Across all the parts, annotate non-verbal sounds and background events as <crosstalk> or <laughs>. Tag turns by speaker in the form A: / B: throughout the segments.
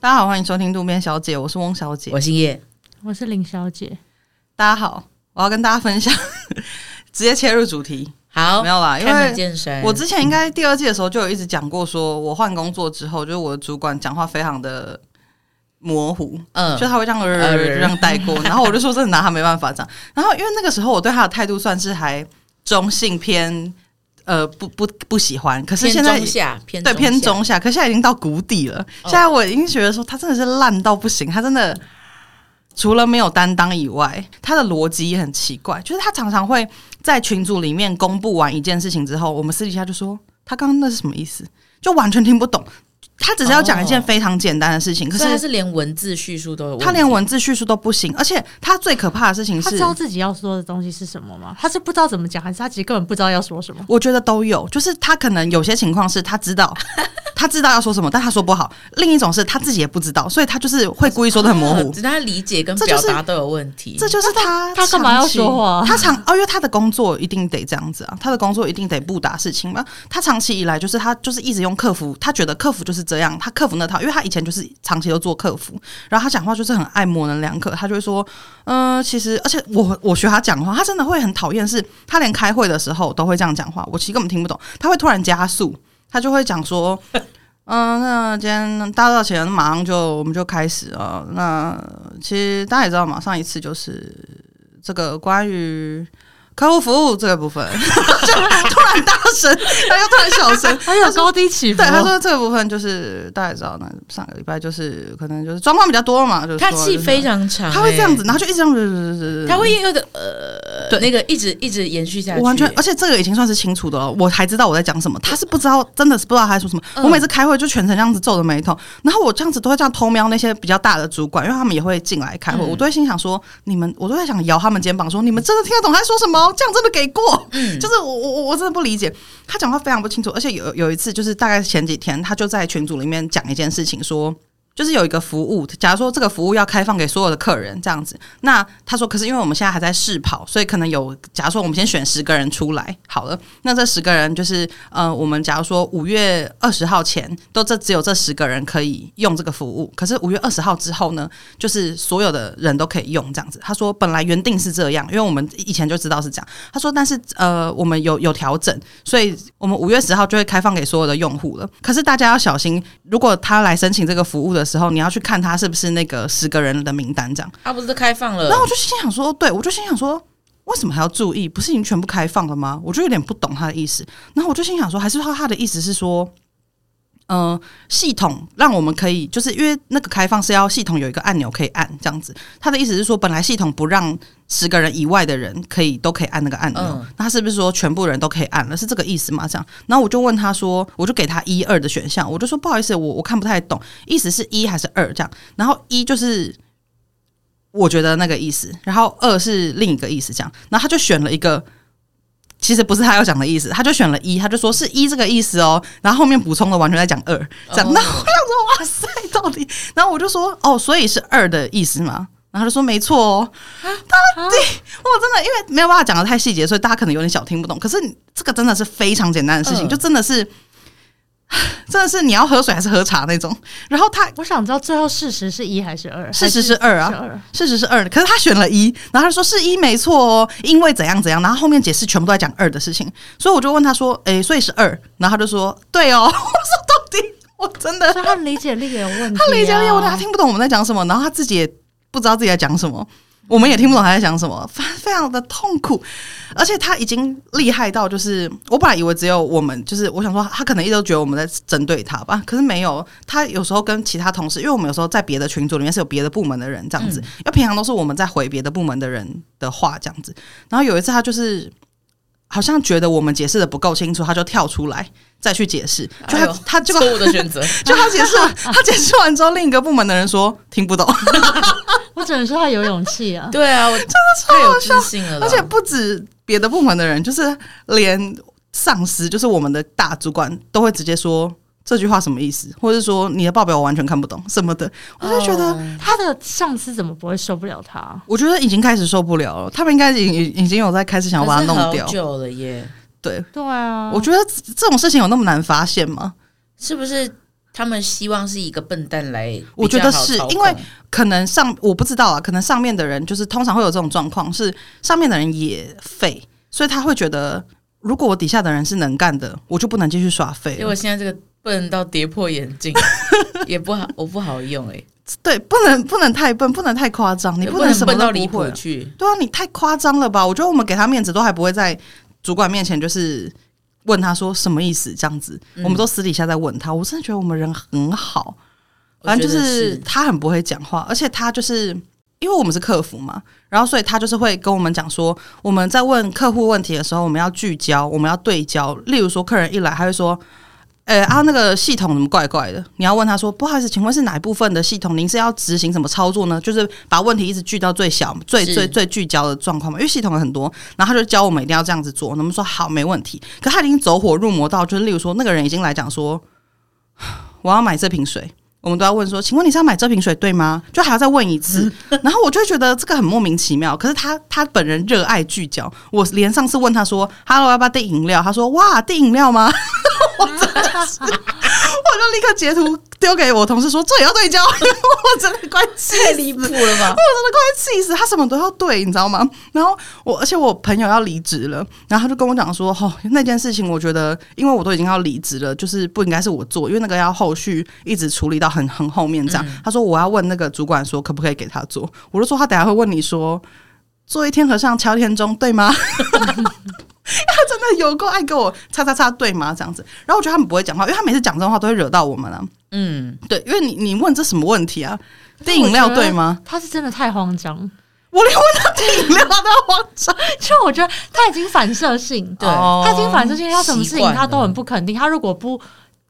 A: 大家好，欢迎收听渡边小姐，我是翁小姐
B: 我。姓叶，
C: 我是林小姐，
A: 大家好，我要跟大家分享， <laughs> 直接切入主题。
B: 好，
A: 没有啊啦，因
B: 开门
A: 为
B: 见山。
A: 我之前应该第二季的时候就有一直讲过说我换工作之后，就是我的主管讲话非常的模糊，
B: 嗯
A: 就他会这样、呃
B: 呃
A: 就这样带
B: <laughs>
A: 过，然后我就说真的拿他没办法这样。然后因为那个时候我对他的态度算是还中性偏，呃，不不不喜欢。可是
B: 偏
A: 现在
B: 中下偏
A: 对偏
B: 中哦
A: 中下，可现在已经到谷底了。现在我已经觉得说他真的是烂到不行，他真的除了没有担当以外，他的逻辑也很奇怪，就是他常常会在群组里面公布完一件事情之后，我们私底下就说他刚刚那是什么意思，就完全听不懂。他只是要讲一件
B: 哦
A: 非常简单的事情，
B: 下，
A: 可
B: 所以他
A: 是
B: 是连文字叙述都有问题，
A: 他连文字叙述都不行，而且他最可怕的事情
C: 他
A: 是
C: 知，道自己要说的东西是什么吗？他是不知道怎么讲，还是他其实根本不知道要说
A: <laughs>
C: 什么？
A: 我觉得都有，就是他可能有些情况是他知道，他知道要说什么，但他说不好；另一种是他自己也不知道，所以他就是会故意说的很模糊
B: <laughs> 啊。只是他理解跟
A: 这就
B: 表
A: 是
B: 达都有问题。
A: 这就是他
C: 他干嘛要
A: 长期
C: 说话
A: 他长哦，因为他的工作一定得这样子啊，他的工作一定得不打事情嘛。他长期以来就是他就是一直用客服，他觉得客服就是这样，他客服那套，因为他以前就是长期都做客服，然后他讲话就是很爱模棱两可，他就会说，嗯、其实而且我我学他讲话，他真的会很讨厌，是他连开会的时候都会这样讲话，我其实根本听不懂，他会突然加速，他就会讲说。 <laughs> 嗯，那今天大家到前马上就我们就开始啊。那其实大家也知道嘛，上一次就是这个关于客户服务这个部
B: <laughs>
A: 分，就突然大声，然后又突然小
B: <laughs>
A: 声。
C: 他有高低起伏
A: 对，。他说这个部分就是大家也知道，那上个礼拜就是可能就是状况比较多嘛，就是
B: 他
A: 说
B: 气
A: 就是
B: 非常长、
A: 他会这样子，
B: 欸
A: 然后就一直这样子，
B: 他会有点呃，
A: 对
B: 那个一直一直延续下去，
A: 我完全，呃而且这个已经算是清楚的了，我还知道我在讲什么。他是不知道，真的是不知道他在说什么。
B: 嗯
A: 我每次开会就全程这样子皱着眉头，然后我这样子都会这样偷瞄那些比较大的主管，因为他们也会进来开会，
B: 嗯
A: 我都会心想说，你们，我都在想摇他们肩膀说，你们真的听得懂他在说什么？这样真的给过？
B: 嗯，
A: 就是我我我我真的不理解，他讲话非常不清楚，而且有有一次就是大概前几天，他就在群组里面讲一件事情说。就是有一个服务，假如说这个服务要开放给所有的客人这样子，那他说，可是因为我们现在还在试跑，所以可能有，假如说我们先选十个人出来好了，那这十个人就是呃，我们假如说五月二十号前都这只有这十个人可以用这个服务，可是五月二十号之后呢，就是所有的人都可以用这样子。他说本来原定是这样，因为我们以前就知道是这样。他说，但是呃，我们有有调整，所以我们五月十号就会开放给所有的用户了。可是大家要小心，如果他来申请这个服务的时候，你要去看他是不是那个十个人的名单这样。
B: 他不是都开放了，
A: 然后我就心想说，对我就心想说。为什么还要注意？不是已经全部开放了吗？我就有点不懂他的意思。然后我就心想说，还是他他的意思是说，呃，系统让我们可以，就是因为那个开放是要系统有一个按钮可以按这样子。他的意思是说，本来系统不让十个人以外的人可以都可以按那个按钮，
B: 嗯
A: 那他是不是说全部人都可以按了？是这个意思吗？这样，然后我就问他说，我就给他一二的选项，我就说不好意思，我我看不太懂，意思是一还是二这样？然后一就是我觉得那个意思，然后二是另一个意思这样，然后他就选了一个。其实不是他要讲的意思，他就选了一，他就说是一这个意思哦，然后后面补充的完全在讲二，这样，那
B: 哦
A: 哇塞，到底？然 <laughs> 后我就说，哦，所以是二的意思吗？然后他就说没错哦，
C: 啊
A: 我真的因为没有办法讲的太细节，所以大家可能有点小听不懂。可是你这个真的是非常简单的事情，
B: 嗯
A: 就真的是， <sighs> 真的是你要喝水还是喝茶那种。然后他
C: 我想知道最后事实是一还是二？
A: 事实是二啊
C: 还是二。
A: 事实是二，可是他选了一，然后他说是一没错哦，因为怎样怎样，然后后面解释全部都在讲二的事情，所以我就问他说，诶、所以是二，然后他就说对哦，我 <laughs> 说到底我真的
C: 所以他理解力也有问题、啊。
A: 他理解力，我他听不懂我们在讲什么，然后他自己也不知道自己在讲什么，我们也听不懂他在讲什么，非非常的痛苦。而且他已经厉害到，就是我本来以为只有我们，就是我想说他可能一直都觉得我们在针对他吧，可是没有。他有时候跟其他同事，因为我们有时候在别的群组里面是有别的部门的人这样子，
C: 嗯
A: 因为平常都是我们在回别的部门的人的话这样子。然后有一次他就是。好像觉得我们解释的不够清楚，他就跳出来再去解释，就他、
B: 哎呦
A: 他就
B: 错误的
A: <laughs>
B: 选择，
A: 就他解释
B: <laughs>
A: 完，他解释完之后，另一个部门的人说听不懂，
B: 啊
C: 我只能说他有勇气啊。
B: 对啊，我真的太有自信了啦，
A: 而且不止别的部门的人，就是连上司，就是我们的大主管，都会直接说这句话什么意思，或者说你的报表我完全看不懂什么的，我就觉得。
B: 哦
C: 他的上司怎么不会受不了他？
A: 我觉得已经开始受不了了，他们应该已经已已经有在开始想要把它
B: 可是
A: 弄掉
B: 好。久哦了耶，
A: 对，
C: 对啊，
A: 我觉得这这种事情有那么难发现吗？
B: 是不是？他们希望是一个笨蛋来，
A: 我觉得是
B: 比较好操控
A: 因为可能上我不知道啊，可能上面的人就是通常会有这种状况，是上面的人也废，所以他会觉得，如果我底下的人是能干的，我就不能继续耍废
B: 因为
A: 了
B: 我。现在这个笨到跌破眼
A: <laughs>
B: 镜，也不好，我不好用哎、
A: 对，不能不能太笨，不能太夸张，你
B: 也
A: 不
B: 不
A: 能
B: 能
A: 什么
B: 笨到
A: 都不
B: 离谱
A: 会。
B: 去。
A: 对啊，你太夸张了吧？我觉得我们给他面子都还不会在主管面前就是问他说什么意思这样子，
B: 嗯
A: 我们都私底下在问他。我真的觉得我们人很好，反正就
B: 我觉得
A: 是
B: 是
A: 他很不会讲话，而且他就是因为我们是客服嘛，然后所以他就是会跟我们讲说，我们在问客户问题的时候，我们要聚焦，我们要对焦。例如说，客人一来，他会说。呃、啊，那个系统怎么怪怪的？你要问他说，不好意思，请问是哪一部分的系统？您是要执行什么操作呢？就是把问题一直聚到最小、最
B: 是
A: 最最聚焦的状况嘛。因为系统有很多，然后他就教我们一定要这样子做。那我们说好，没问题。可他已经走火入魔到，就是例如说，那个人已经来讲说，我要买这瓶水，我们都要问说，请问你是要买这瓶水对吗？就还要再问一次， <laughs> 然后我就会觉得这个很莫名其妙。可是他他本人热爱聚焦，我连上次问他说，Hello，要不要订饮料？他说，哇，订饮料吗？ <laughs> 我就立刻截图丢给我同事说，这也要对焦， <laughs> 我真的快气
B: 太
A: 死
B: 离谱了吧？
A: 我真的快气死，他什么都要对，你知道吗？然后我，而且我朋友要离职了，然后他就跟我讲说，哦，那件事情我觉得，因为我都已经要离职了，就是不应该是我做，因为那个要后续一直处理到很很后面这样。他说我要问那个主管说，可不可以给他做？我就说他等下会问你说，做一天和尚敲一天钟，对吗？ <laughs> 他真的有够爱给我叉叉叉对吗？这样子，然后我觉得他们不会讲话，因为他每次讲这种话都会惹到我们啊。
B: 嗯，
A: 对，因为你你问这什么问题啊？订饮料对吗？？
C: 他是真的太慌张，
A: 啊我连问他订饮料都要慌张。
C: 就我觉得他已经反射性，
B: 对
A: 哦
C: 他已经反射性，他什么事
B: 习
C: 情
B: 惯了
C: 他都很不肯定。他如果不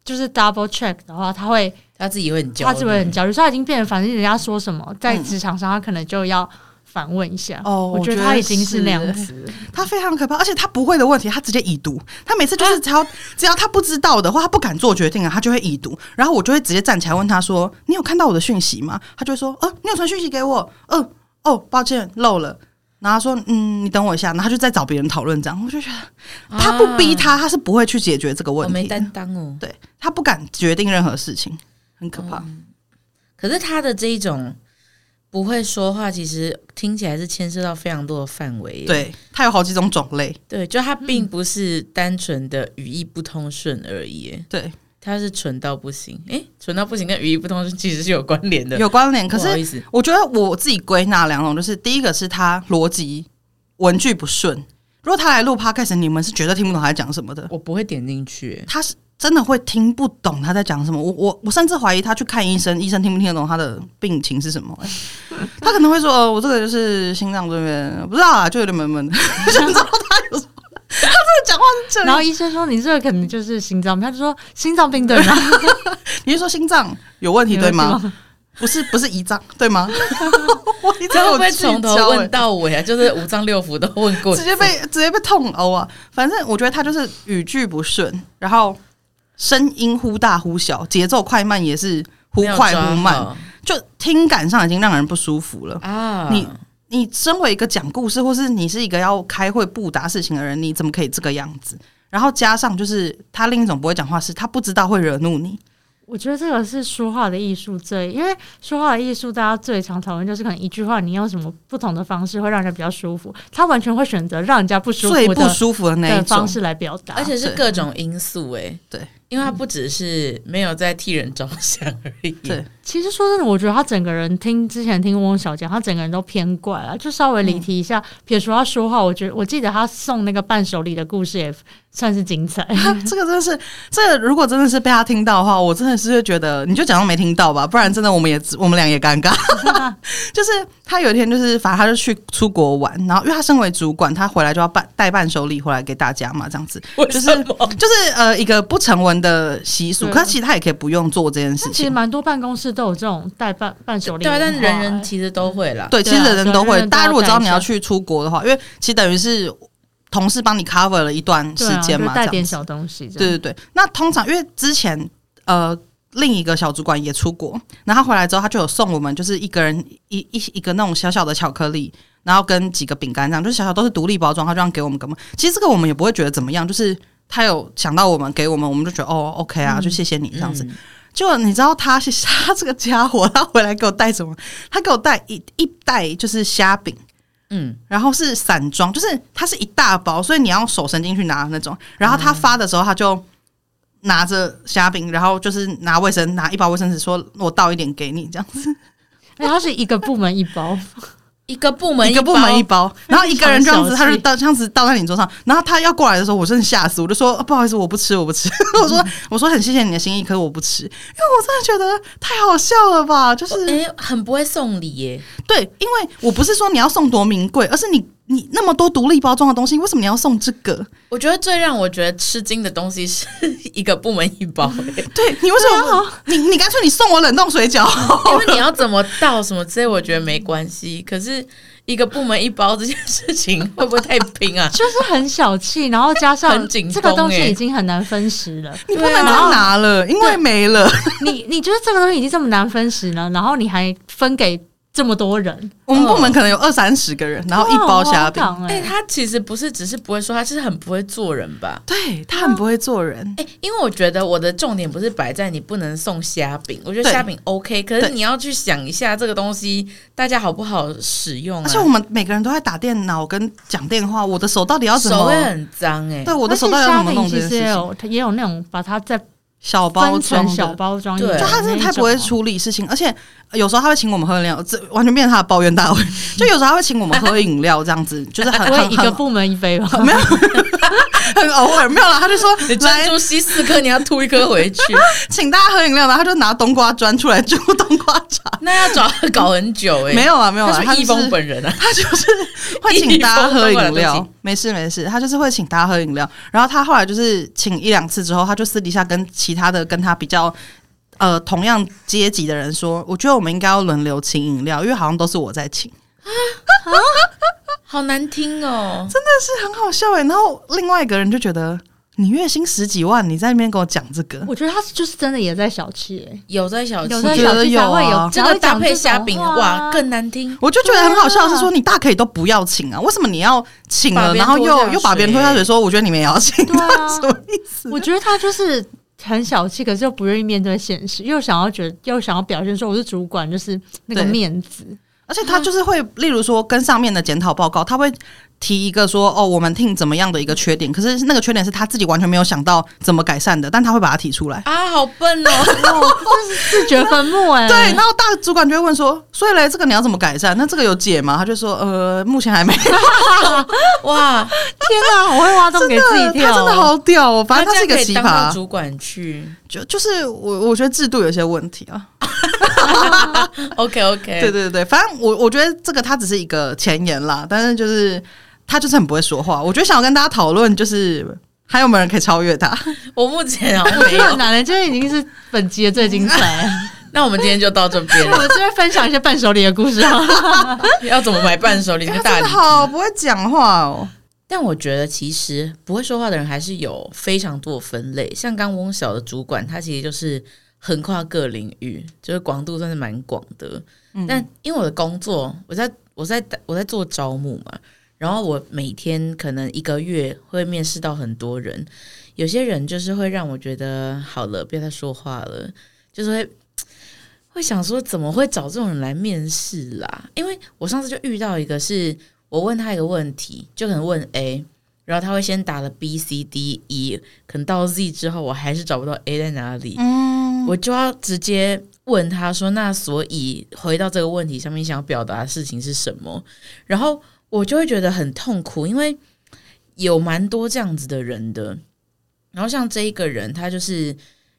C: 就是 double check 的话，他会
B: 他自己会很焦虑，
C: 他就会很焦虑，所以他已经变成反正人家说什么，在
A: 嗯
C: 职场上他可能就要反问一下。
A: 哦
C: 我
A: 我
C: 觉
A: 觉
C: 得
A: 得
C: 他已经是
A: 是
C: 那
A: 欸
C: 样子了，
A: <laughs> 他非常可怕，而且他不会的问题，他直接已读。他每次
C: 啊
A: 就是只要、只要他不知道的话，他不敢做决定啊，他就会已读。然后我就会直接站起来问他说：“你有看到我的讯息吗？”他就会说：“呃，你有传讯息给我？呃，哦，抱歉漏了。”然后他说：“嗯，你等我一下。”然后他就再找别人讨论这样。我就觉得
B: 啊
A: 他不逼，他，他是不会去解决这个
B: 我
A: 问
B: 没
A: 题的。
B: 担当哦。
A: 对他不敢决定任何事情，很可
C: 哦
A: 怕。
B: 可是他的这一种不会说话，其实听起来是牵涉到非常多的范围耶。欸
A: 对他有好几种种类。
B: 对，就他并不是单纯的语义不通顺而已耶，
A: 对，
B: 他是蠢到不行。诶，蠢到不行跟语义不通顺其实是有关联的。
A: 有关联，可
B: 不好
A: 是
B: 意思，
A: 我觉得我自己归纳两种，就是第一个是他逻辑文句不顺，如果他来录 podcast，你们是绝对听不懂他在讲什么的。
B: 我不会点进去欸耶。
A: 他是真的会听不懂他在讲什么。我我我甚至怀疑他去看医生，医生听不听得懂他的病情是什么、欸 <laughs> 他可能会说：“呃，我这个就是心脏这边不知道啊，就有点闷闷 <laughs> 的。”就你知道他有什么？他真的讲话是这
C: 然后
A: 样。
C: 医生说你这个可能就是心脏病，他就说心脏病啊对吗？
A: <laughs> 你是说心脏有问题对
C: 有问
A: 吗？不是不是胰脏对吗？ <laughs> 我一直
B: <laughs> 这样会不
A: 有
B: 会
A: 自己
B: 从头
A: 教欸
B: 问到尾啊？就是五脏六腑都问过，
A: 直接被直接被痛殴啊！反正我觉得他就是语句不顺，然后声音忽大忽小，节奏快慢也是忽
B: 没有
A: 快
B: 抓
A: 忽慢，
B: 好
A: 就听感上已经让人不舒服了。
B: 啊！
A: 你你身为一个讲故事，或是你是一个要开会布达事情的人，你怎么可以这个样子？然后加上就是他另一种不会讲话是，他不知道会惹怒你。
C: 我觉得这个是说话的艺术最，因为说话的艺术，大家最常讨论就是可能一句话，你用什么不同的方式会让人比较舒服。他完全会选择让人家不舒
A: 最
C: 服
A: 不
C: 的
A: 舒服的那一
C: 的
A: 种
C: 方，式来表达，
B: 而且是
A: 对
B: 各种因素诶，
A: 对，
B: 因为他不只是没有在替人着想而已，
A: 对
C: 其实说真的，我觉得他整个人听之前听翁小姐，他整个人都偏怪啊，就稍微离题一下。撇除他说话，我觉得我记得他送那个伴手礼的故事也算是精 <laughs> 彩。
A: <laughs> 这个真的是，这个如果真的是被他听到的话，我真的是会觉得，你就假装没听到吧，不然真的我们也我们俩也尴尬。 <laughs> 就是他有一天就是，反正他就去出国玩，然后因为他身为主管，他回来就要办带伴手礼回来给大家嘛，这样子
B: 为
A: 就是
B: 什么？
A: 就是呃一个不成文的习俗。
C: 嗯对
A: 可是其实他也可以不用做这件事
C: 但其实
A: 情。
C: 蛮多办公室都有这种带伴伴手礼
B: 对
C: 文
B: 啊，
C: 化欸，
B: 但人人其实都会啦。
A: 嗯对，其
C: 对啊
A: 实人人都
C: 对啊
A: 会。
C: 人人都
A: 大家如果知道你
C: 要带
A: 要
C: 一下
A: 去出国的话，因为其实等于是同事帮你 cover 了一段时
C: 对啊
A: 间
C: 就
A: 嘛，
C: 是带
A: 这样
C: 点
A: 子
C: 小东西这样。
A: 对对对，那通常因为之前呃另一个小主管也出国，然后他回来之后他就有送我们，就是一个人一一一个那种小小的巧克力，然后跟几个饼干这样，就是小小都是独立包装，他就这样给我们给我们。其实这个我们也哦
C: 嗯
A: 不会觉得怎么样，就是他有想到我们给我们，我们就觉得哦 OK 啊，就谢谢你这样子。
B: 嗯，
A: 就你知道他是他这个家伙，他回来给我带什么？他给我带一一袋就是虾饼，
B: 嗯，
A: 然后是散装，就是它是一大包，所以你要手伸进去拿那种。然后他发的时候，他就拿着虾饼，然后就是拿卫生拿一包卫生纸，说我倒一点给你这样子，
C: 哎，它是一个部门一包，
B: 一个部门
A: 一个部门一
B: 包
A: 包，然后一个人这样子，
C: 非常小
A: 他就
C: 气？
A: 倒这样子倒在你桌上。然后他要过来的时候，我真的吓死，我就说、啊不好意思，我不吃，我不吃。 <laughs> 我说我说很谢谢你的心意，可是我不吃，因为我真的觉得太好笑了吧，就是
B: 哎、很不会送礼耶，
A: 对，因为我不是说你要送多名贵，而是你你那么多独立包装的东西，为什么你要送这个？
B: 我觉得最让我觉得吃惊的东西是一个部门一
A: <laughs>
B: 包欸耶，
A: 对你为什么不？你你干脆你送我冷冻水饺，
B: 因为你要怎么倒什么之类，我觉得没关系。可是一个部门一包这件事情会不会太拼啊
C: 就是很小气，然后加 <laughs> 上
B: 很紧绷
C: 这个东西
B: 欸
C: 已经很难分食了。
A: 你不能再拿了，因为没了。
C: 你你觉得这个东西已经这么难分食了，然后你还分给这么多人，
A: 我们部门可能有二三十个人，
C: 哦
A: 然后一包虾饼
C: 哇。好荒唐
B: 哎、
C: 欸
B: 他其实不是只是不会说，他是很不会做人吧？
A: 对他很不会做人，
C: 嗯
B: 哎、因为我觉得我的重点不是摆在你不能送虾饼，我觉得
A: 对
B: 虾饼 OK，可是
A: 对
B: 你要去想一下这个东西大家好不好使用
A: 而且我
B: 啊？
A: 们每个人都在打电脑跟讲电话，我的手到底要怎
B: 手
A: 么
B: 会？很脏哎、
A: 对，我的
C: 而欸且
A: 手到底要
C: 虾
A: 怎么弄
C: 饼
A: 这
C: 其
A: 件
C: 实
A: 事
C: 也
A: 情？
C: 有也有那种把它再
A: 小包
C: 分
A: 装的
C: 成小包装一点
B: 对
C: 的
A: 就
C: 那
A: 他
C: 一种，
A: 真的太不会处理事情，而且呃有时候他会请我们喝饮料，这完全变成他的抱怨
C: <laughs>
A: 大会。就有时候他会请我们喝饮料，这样子就是 <laughs> 很
C: 不会
A: 很
C: 一个
A: 很
C: 部门一杯 <laughs> 吧？
A: 没有很偶尔，没有啦，他就说
B: 你珍
A: 来
B: 珠吸四颗，你要吐一颗回去，
A: 请大家喝饮料，然后他就拿冬瓜砖出来煮冬瓜茶。
B: 那要找搞很久哎、
A: 没有啊，没有啊，
B: 他
A: 他
B: 是
A: 就
B: 易
A: 是
B: 峰本人啊，
A: 他就是会请大家 <laughs> 喝饮
B: 一封
A: 料
B: 对，
A: 没事没事，他就是会请大家喝饮料。然后他后来就是请一两次之后，他就私底下跟其他的跟他比较呃同样阶级的人说，我觉得我们应该要轮流请饮料，因为好像都是我在请，
B: <laughs> 好难听哦。
A: 是很好笑哎、然后另外一个人就觉得你月薪十几万，你在那边跟我讲这个，
C: 我觉得他就是真的也在小气、欸，
B: 有在小气，
C: 有
A: 在
C: 在
A: 小
C: 小
A: 气
C: 气
A: 才
C: 才
A: 会有
C: 会有
B: 这个搭配虾饼
C: 啊
B: 哇更难听。
A: 我就觉得很好笑，是说你大可以都不要请啊，为什么你要请了，
B: 啊把别人
A: 然后
B: 拖下
A: 又
B: 水
A: 又把别人拖下水说，我觉得你们也要请，
C: 对啊
A: <laughs> 什么意思？
C: 我觉得他就是很小气，可是又不愿意面对现实，又想要觉得又想要表现说我是主管，就是那个
A: 对
C: 面子。 <laughs>
A: 而且他就是会，例如说跟上面的检讨报告，他会提一个说哦，我们 team 怎么样的一个缺点，可是那个缺点是他自己完全没有想到怎么改善的，但他会把它提出来。
B: 啊，好
A: <laughs>
B: 笨哦！
C: 哦，这是自掘坟墓哎、
A: 对，然后大主管就会问说，所以嘞，这个你要怎么改善？那这个有解吗？他就说，呃，目前还
B: <laughs>
A: 没。
B: 哇，
C: 天啊，我会挖洞
A: 真
C: 给自己
A: 的，
C: 跳，
A: 他真的好屌哦！反正他是一
B: 这样
A: 个
B: 可以
A: 奇
B: 当到
A: 葩，
B: 主管去。
A: 就就是我我觉得制度有些问题啊。
B: OK OK，
A: 对对对，反正我我觉得这个他只是一个前言啦，但是就是他就是很不会说话。我觉得想要跟大家讨论，就是还有没有人可以超越
B: <laughs>
A: 他？
B: 我目前好像
C: <laughs> 我
B: 没
C: 觉得很 <laughs>
B: 有。
C: 难的，这已经是本集的最
A: <laughs>
C: 精彩了。
B: 那我们今天就到这边
C: 对，我
B: 了。
C: 们这边分享一些伴手礼的故事啊。
B: 要怎么买伴手礼
A: 他
B: 跟大
A: 真
B: 礼
A: 的？好不会讲话哦。
B: 但我觉得其实不会说话的人还是有非常多的分类，像刚翁小的主管，他其实就是横跨各领域，就是广度算是蛮广的。但因为我的工作，我在我在我在做招募嘛，然后我每天可能一个月会面试到很多人，有些人就是会让我觉得好了，不要再说话了，就是会。会想说怎么会找这种人来面试啦？因为我上次就遇到一个是我问他一个问题，就可能问 A，然后他会先打了 B、C、D、E，可能到 Z 之后，我还是找不到 A 在哪里，
A: 嗯，
B: 我就要直接问他说：“那所以回到这个问题上面，想要表达的事情是什么？”然后我就会觉得很痛苦，因为有蛮多这样子的人的。然后像这一个人，他就是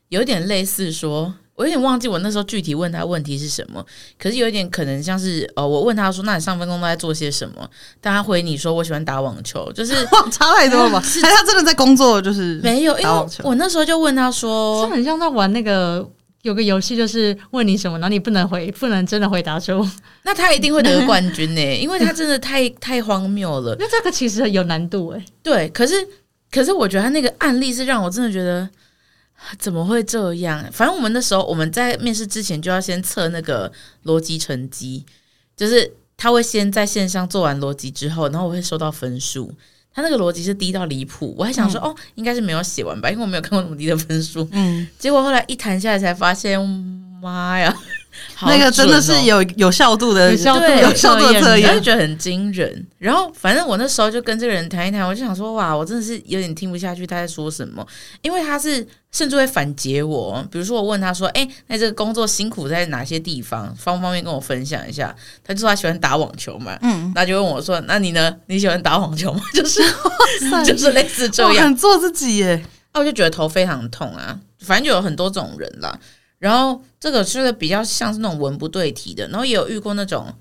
B: 有点类似说，我有点忘记我那时候具体问他问题是什么，可是有一点可能像是呃，我问他说：“那你上份工都在做些什么？”但他回你说：“我喜欢打网球。”就是
A: <laughs> 哇，差太多了吧？
B: 是
A: 还是他真的在工作？就是
B: <laughs> 没有，因
A: 打
B: 为
A: 网球
B: 我那时候就问他说：“
C: 这
B: <laughs>
C: 很像在玩那个有个游戏，就是问你什么，然后你不能回，不能真的回答出。
B: 那他一定会得冠军呢、因为他真的太太荒谬了。
C: <laughs> 那这个其实有难度哎、
B: 对，可是可是我觉得他那个案例是让我真的觉得啊怎么会这样？反正我们那时候我们在面试之前就要先测那个逻辑成绩，就是他会先在线上做完逻辑之后，然后我会收到分数。他他那个逻辑是低到离谱，我还想说、哦，应该是没有写完吧，因为我没有看过那么低的分数。
A: 嗯，
B: 结果后来一谈下来才发现，妈
A: <laughs>
B: 呀，好
A: 那个真的
B: 准哦
A: 是有有效度的，
C: 有效度
B: 对
A: 有效度的测
B: 我就
A: 验。
B: 觉得很惊人。然后反正我那时候就跟这个人谈一谈，我就想说，哇，我真的是有点听不下去他在说什么，因为他是甚至会反诘我。比如说我问他说，哎、那这个工作辛苦在哪些地方，方不方便跟我分享一下？他就说他喜欢打网球嘛，
A: 嗯，
B: 那就问我说，那你呢？你喜欢打网球吗？ <laughs> 就是就是类似这
A: 我
B: 样。
A: 很做自己耶，
B: 啊，我就觉得头非常痛啊，反正就有很多种人啦。然后这个是比较像是那种文不对题的，然后也有遇过那种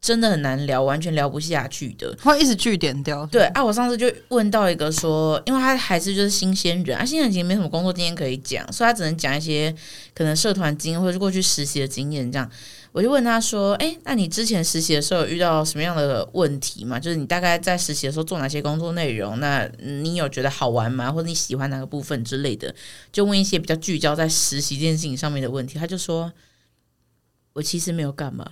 B: 真的很难聊，完全聊不下去的。
A: <laughs> 会一直据点掉。
B: 对，啊，我上次就问到一个说，因为他还是就是新鲜人，啊，新鲜人其实没什么工作经验可以讲，所以他只能讲一些可能社团经验或者是过去实习的经验这样。我就问他说：“哎、那你之前实习的时候有遇到什么样的问题吗？就是你大概在实习的时候做哪些工作内容？那你有觉得好玩吗？或者你喜欢哪个部分之类的？就问一些比较聚焦在实习这件事情上面的问题。”他就说：“我其实没有干嘛。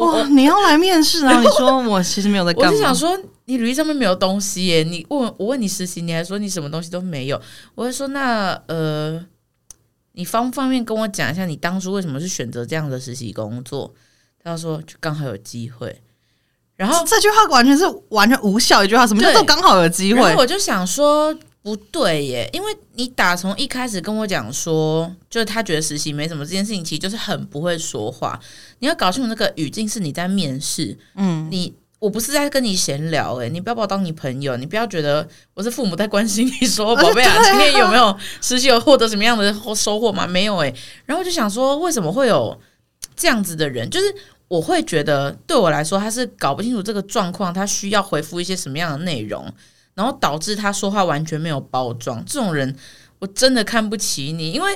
A: 哇，你要来面试，啊 <laughs> 然后你说我其实没有在
B: 我
A: 干
B: 就想
A: 嘛，
B: 说，你履历上面没有东西耶。你问我问你实习，你还说你什么东西都没有。我会说那呃，你方不方便跟我讲一下你当初为什么是选择这样的实习工作？他就说就刚好有机会。然后
A: 这这句话完全是完全无效一句话，什么叫
B: 对
A: 做刚好有机
B: 然
A: 会
B: 后？我就想说，不对耶，因为你打从一开始跟我讲说，就是他觉得实习没什么这件事情，其实就是很不会说话。你要搞清楚那个语境是你在面试，嗯，你。我不是在跟你闲聊、欸诶，你不要把我当你朋友，你不要觉得我是父母在关心你
A: <laughs>
B: 说，
A: 而且
B: 宝贝啊，
A: 对啊
B: 今天有没有实习有获得什么样的收获吗？没有诶。然后我就想说，为什么会有这样子的人？就是我会觉得对我来说，他是搞不清楚这个状况，他需要回复一些什么样的内容，然后导致他说话完全没有包装。这种人我真的看不起你，因为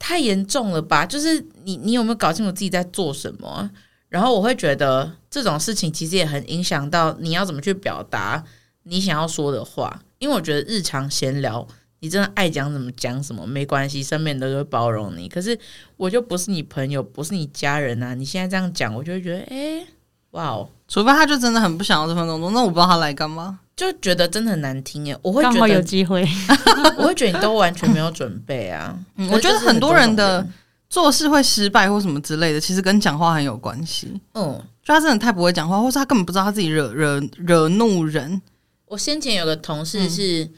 B: 太严重了吧？就是你，你有没有搞清楚自己在做什么啊？然后我会觉得这种事情其实也很影响到你要怎么去表达你想要说的话，因为我觉得日常闲聊，你真的爱讲什么讲什么没关系，身边人都会包容你。可是我就不是你朋友，不是你家人啊！你现在这样讲，我就会觉得，诶，哇哦，
A: 除非他就真的很不想要这份工作，那我不知道他来干嘛。
B: 就觉得真的很难听耶。我会
C: 刚
B: 觉
C: 好有
B: 得，
C: 机会。
B: 我会觉得你都完全没有准备啊。
A: 嗯
B: 可是
A: <laughs> 我觉得
B: 就是很
A: 很多
B: 多
A: 人的
B: 种人
A: 做事会失败或什么之类的，其实跟讲话很有关系。
B: 嗯，
A: 就他真的太不会讲话，或是他根本不知道他自己惹惹惹怒人。
B: 我先前有个同
A: 嗯
B: 事是，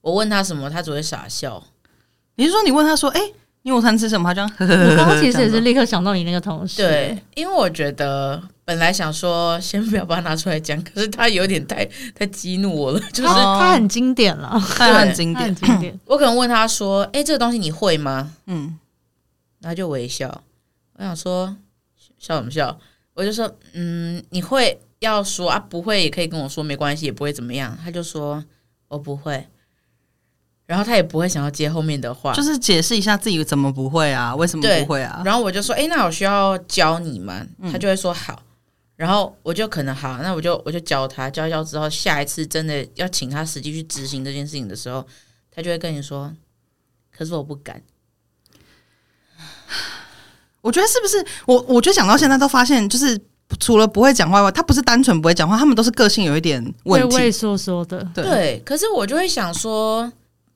B: 我问他什么，他只会傻笑。
A: 你是说你问他说：“哎、你午餐吃什么？”他这样呵呵呵
C: 我
A: 呵。
C: 刚刚
A: <laughs>
C: 其实
A: 这
C: 也是
A: 样子
C: 立刻想到你那个同事，
B: 对，因为我觉得本来想说先不要把它拿出来讲，可是他有点太太激怒我了，就是
C: 他
A: 哦
C: 他很经典了，
A: 但他很
B: 对
A: 经
C: 他很
A: 典。
C: 经
B: <laughs>
C: 典。
B: 我可能问他说：“哎、这个东西你会吗
A: 嗯，？”
B: 然后他就微笑。我想说笑什么笑？我就说：“嗯，你会要说啊，不会也可以跟我说，没关系，也不会怎么样。”他就说：“我不会。”然后他也不会想要接后面的话，
A: 就是解释一下自己怎么不会啊，为什么
B: 对
A: 不会啊？
B: 然后我就说，诶，那我需要教你吗？
A: 嗯
B: 他就会说好。然后我就可能好，那我就我就教他，教一教之后，下一次真的要请他实际去执行这件事情的时候，他就会跟你说，可是我不敢。
A: 我觉得是不是我？我觉得讲到现在都发现，就是除了不会讲话外，他不是单纯不会讲话，他们都是个性有一点
C: 畏
A: 问
C: 畏
A: 题。
C: 缩缩的，
A: 对
B: 可是我就会想说，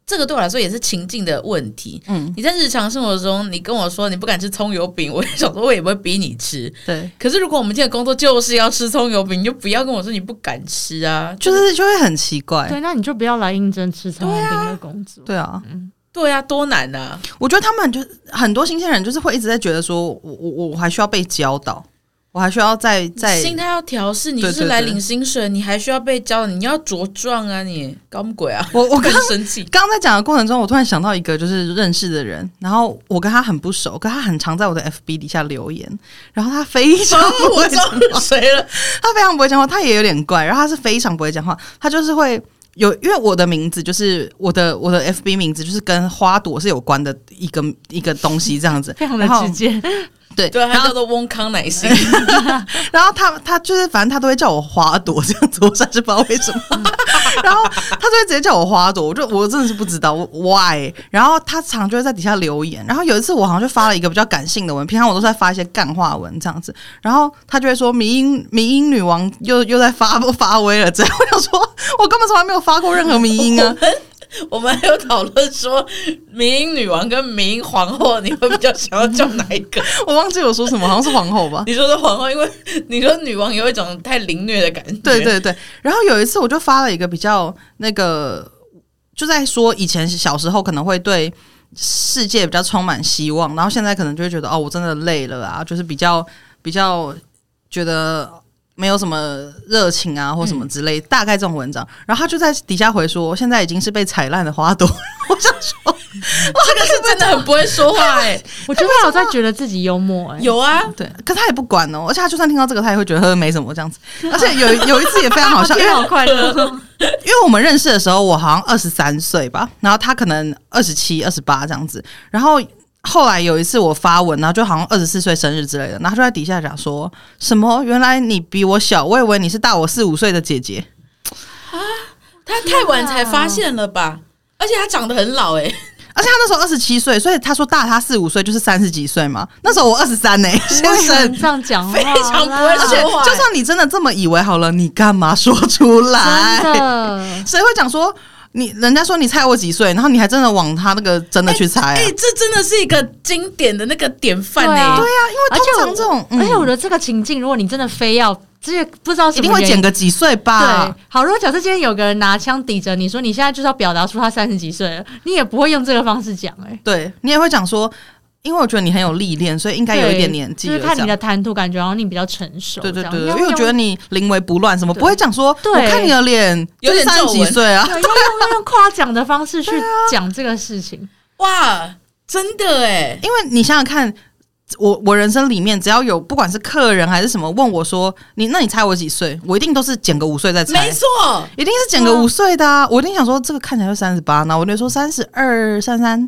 B: 这个对我来说也是情境的问题。
A: 嗯，
B: 你在日常生活中，你跟我说你不敢吃葱油饼，我也想说，我也不会逼你吃。
A: 对，
B: 可是如果我们今天的工作就是要吃葱油饼，你就不要跟我说你不敢吃啊，
A: 就是就会很奇怪。
C: 对，那你就不要来应征吃葱油饼的工作。
A: 对啊，
B: 对啊，多难啊！
A: 我觉得他们就很多新鲜人，就是会一直在觉得说，我我我还需要被教导，我还需要再再
B: 心态要调试，你就
A: 对
B: 是
A: 对
B: 来
A: 对
B: 领薪水，你还需要被教，你要茁壮啊！你搞什么鬼啊？
A: 我我
B: 更
A: 刚
B: 生气。
A: 刚在讲的过程中，我突然想到一个就是认识的人，然后我跟他很不熟，可他很常在我的 FB 底下留言，然后他非常不
B: 我
A: 会
B: 知
A: 讲
B: 道
A: 话，
B: 是谁
A: <laughs>
B: 了，
A: 他非常不会讲话，他也有点怪，然后他是非常不会讲话，他就是会。有，因为我的名字就是我的我的 FB 名字就是跟花朵是有关的一个一个东西这样子，
C: <laughs> 非常的
A: 然后
C: 直接，
A: 对，
B: 对啊，
A: 然
B: 他
A: 后
B: 叫做翁康乃馨，
A: 然后他他就是反正他都会叫我花朵这样子，我实在是不知道为什么。然后他就会直接叫我花朵，我就我真的是不知道我 why。然后他常就会在底下留言，然后有一次我好像就发了一个比较感性的文，平常我都是在发一些干话文这样子，然后他就会说迷音迷音女王又又在发发威了，这样 <laughs> 我想说，我根本从来没有发过任何迷音啊，
B: 我们还有讨论说，民英女王跟民英皇后，你会比较想要叫哪一
A: <laughs>
B: 个？
A: 我忘记我说什么，好像是皇后吧。
B: 你说的皇后，因为你说女王有一种太凌虐的感觉。
A: 对，对对。然后有一次我就发了一个比较那个，就在说以前小时候可能会对世界比较充满希望，然后现在可能就会觉得哦，我真的累了啊，就是比较比较觉得。没有什么热情啊，或什么之类，大概这种文章。然后他就在底下回说：“现在已经是被踩烂的花朵。”我想说，
B: 这个是真的很不会说话哎、
C: 我觉得他有在觉得自己幽默、欸，
B: 有啊，
A: 对，可他也不管哦。而且他就算听到这个，他也会觉得呵呵没什么这样子。而且有有一次也非常好
C: <laughs>
A: 笑，因为
C: 好快乐。哦
A: 因为我们认识的时候，我好像二十三岁吧，然后他可能二十七、二十八这样子。然后后来有一次我发文，然后就好像二十四岁生日之类的，然后他就在底下讲说什么原来你比我小，我以为你是大我四五岁的姐姐。
B: 他太晚才发现了
A: 啊
B: 吧？而且他长得很老哎、
A: 而且他那时候二十七岁，所以他说大他四五岁就是三十几岁嘛。那时候我二十三呢，欸 <laughs> 先生。
C: 人这样讲话啦，
B: 非常不会
A: 而且
B: 说话
A: 就算你真的这么以为好了，你干嘛说出来？
C: 真的。
A: 谁会讲说你？人家说你猜我几岁，然后你还真的往他那个真的去猜、啊
B: 哎、这真的是一个经典的那个典范哎、
C: 对啊
A: 对呀、因
C: 而
A: 为
C: 且
A: 通
C: 我
A: 常这种，
C: 而且我
A: 嗯
C: 觉得这个情境，如果你真的非要，这不知道什
A: 一
C: 么
A: 定会
C: 原因
A: 减个几岁吧
C: 对。，好，如果假设今天有个人拿枪抵着你说你现在就是要表达出他三十几岁了，你也不会用这个方式讲哎、欸
A: 对你也会讲说，因为我觉得你很有历练，所以应该有一点年纪
C: 就
A: 了
C: 是看
A: 这样。
C: 你的谈吐，感觉好像你比较成熟这
A: 对对
C: 样。
A: 对，对
C: 要
A: 因为我觉得你临危不乱，什么
C: 对
A: 不会讲说，
C: 对
A: 我看你的脸
B: 有
A: 就是
B: 点
A: 三十
B: 皱
A: 几
B: 纹
A: 岁啊
C: 要，用对要用要用夸奖的方式去讲这个事情，
B: 哇，真的哎、
A: 因为你想想看。我我人生里面只要有不管是客人还是什么问我说你那你猜我几岁，我一定都是减个五岁再猜
B: 没，错，
A: 一定是减个五岁的、啊。我一定想说这个看起来就三十八，然后我就说三十二、三三，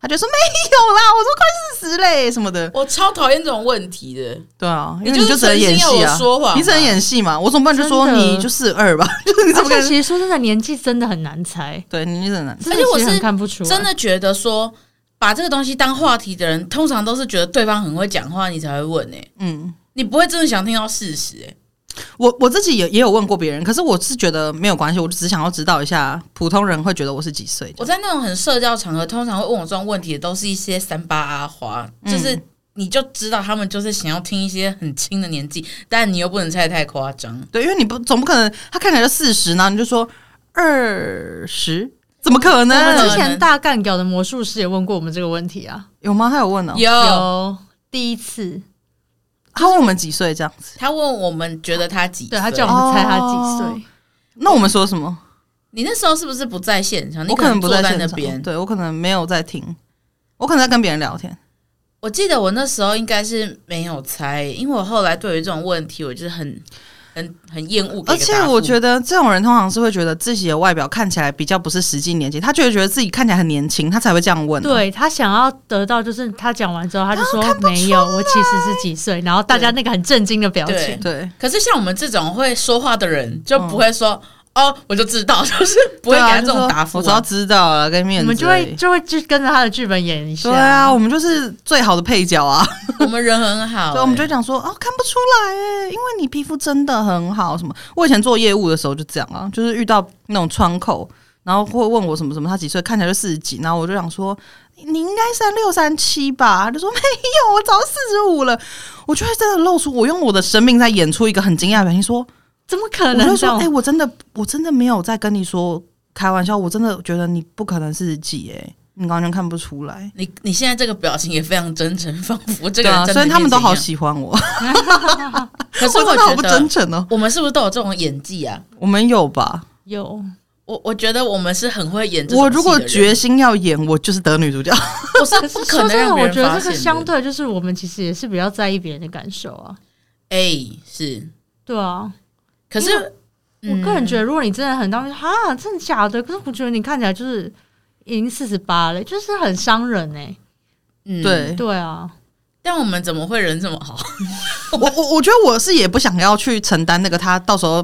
A: 他就说没有啦，我说快四十嘞什么的。
B: 我超讨厌这种问题的。
A: 对啊，因为
B: 你就是
A: 就只能演
B: 诚心
A: 戏
B: 要
A: 啊，
B: 我说谎嘛
A: 你只能演戏嘛。我总不能就说
C: 真的
A: 你就四二吧， <laughs> 就是你怎么可
C: 而且
A: 能？
C: 其实说真的，年纪真的很难猜，
A: 对，你只能
C: 真
B: 而
C: 的
B: 且我
C: 其实
B: 是
C: 很看不出来，
B: 真的觉得说把这个东西当话题的人，通常都是觉得对方很会讲话，你才会问哎、
A: 嗯，
B: 你不会真的想听到事实哎、
A: 我我自己也也有问过别人，可是我是觉得没有关系，我就只想要知道一下普通人会觉得我是几岁。
B: 我在那种很社交场合，通常会问我这种问题的都是一些三八阿花，
A: 嗯
B: 就是你就知道他们就是想要听一些很轻的年纪，但你又不能猜得太夸张。
A: 对，因为你不总不可能他看起来就四十，然后你就说二十，怎么可
C: 我们
A: 能
C: 之？前大干屌的魔术师也问过我们这个问题啊，
A: 有吗？他有问哦，
B: 有
C: 有第一次，
A: 他问我们几岁这样子，
B: 他问我们觉得他几岁，
C: 对他叫我们猜他几
A: 哦
C: 岁，
A: 那我们说什么？
B: 你那时候是不是不在现场？你
A: 我可能不
B: 坐在
A: 现
B: 那
A: 场，
B: 边。
A: 对我可能没有在听，我可能在跟别人聊天。
B: 我记得我那时候应该是没有猜，因为我后来对于这种问题，我就是很很很厌恶。
A: 而且我
B: 得
A: 觉得这种人通常是会觉得自己的外表看起来比较不是实际年纪，他就会觉得自己看起来很年轻，他才会这样问、，啊
C: 对他想要得到，就是他讲完之后，他就说没有，我其实是几岁，然后大家那个很震惊的表情
B: 对，
A: 对，
B: 可是像我们这种会说话的人，就不会说、哦，我就知道， <laughs> 就是不会
A: 对
B: 给
A: 啊
B: 他这
A: 就
B: 种
A: 说
B: 答复、
A: 我早知道了，给面
C: 我
A: 子。
C: 们就会。就会就跟着他的剧本演一下。
A: 对啊，我们就是最好的配角啊！
B: 我们人很好、
A: 所以我们
B: 欸
A: 就讲说哦，看不出来哎，因为你皮肤真的很好。什么？我以前做业务的时候就这样啊，就是遇到那种窗口，然后会问我什么什么，他几岁，看起来就四十几，然后我就想说你应该三六三七吧，他就说没有，我早四十五了。我就会真的露出我用我的生命在演出一个很惊讶的表情，
B: <laughs>
A: 说
C: 怎么可
A: 我
C: 能
A: 就
C: 这
A: 说，哎、
C: 种？
A: 我真的，我真的没有在跟你说开玩笑，我真的觉得你不可能四十几，哎，你完全看不出来。
B: 你你现在这个表情也非常真诚，仿佛这
A: 对
B: 个人
A: 啊，
B: 真的
A: 所以他们都好
B: 是
A: 喜欢我，
B: 这样。可是
A: 我
B: 我
A: 真的好
B: 觉
A: 不
B: 得
A: 真诚哦。
B: 我们是不是都有这种演技啊？
A: 我们有吧？
C: 有
B: 我我觉得我们是很会演这种
A: 我
B: 戏的人。
A: 如果决心要演，我就是得女主角。
B: 我是不可
C: 说
B: 能
C: 真的，
B: 让别
C: 我
B: 人
C: 觉得
B: 发
C: 这
B: 现
C: 个
B: 的
C: 相对就是我们其实也是比较在意别人的感受啊。
B: 哎、是，
C: 对啊，
B: 可是
C: 因为
A: 嗯
C: 我个人觉得，如果你真的很当面哈，真的假的？可是我觉得你看起来就是已经四十八了，就是很伤人哎。
B: 嗯，
A: 对，
C: 对啊，
B: 但我们怎么会人这么好？
A: 我我我觉得我是也不想要去承担那个他到时候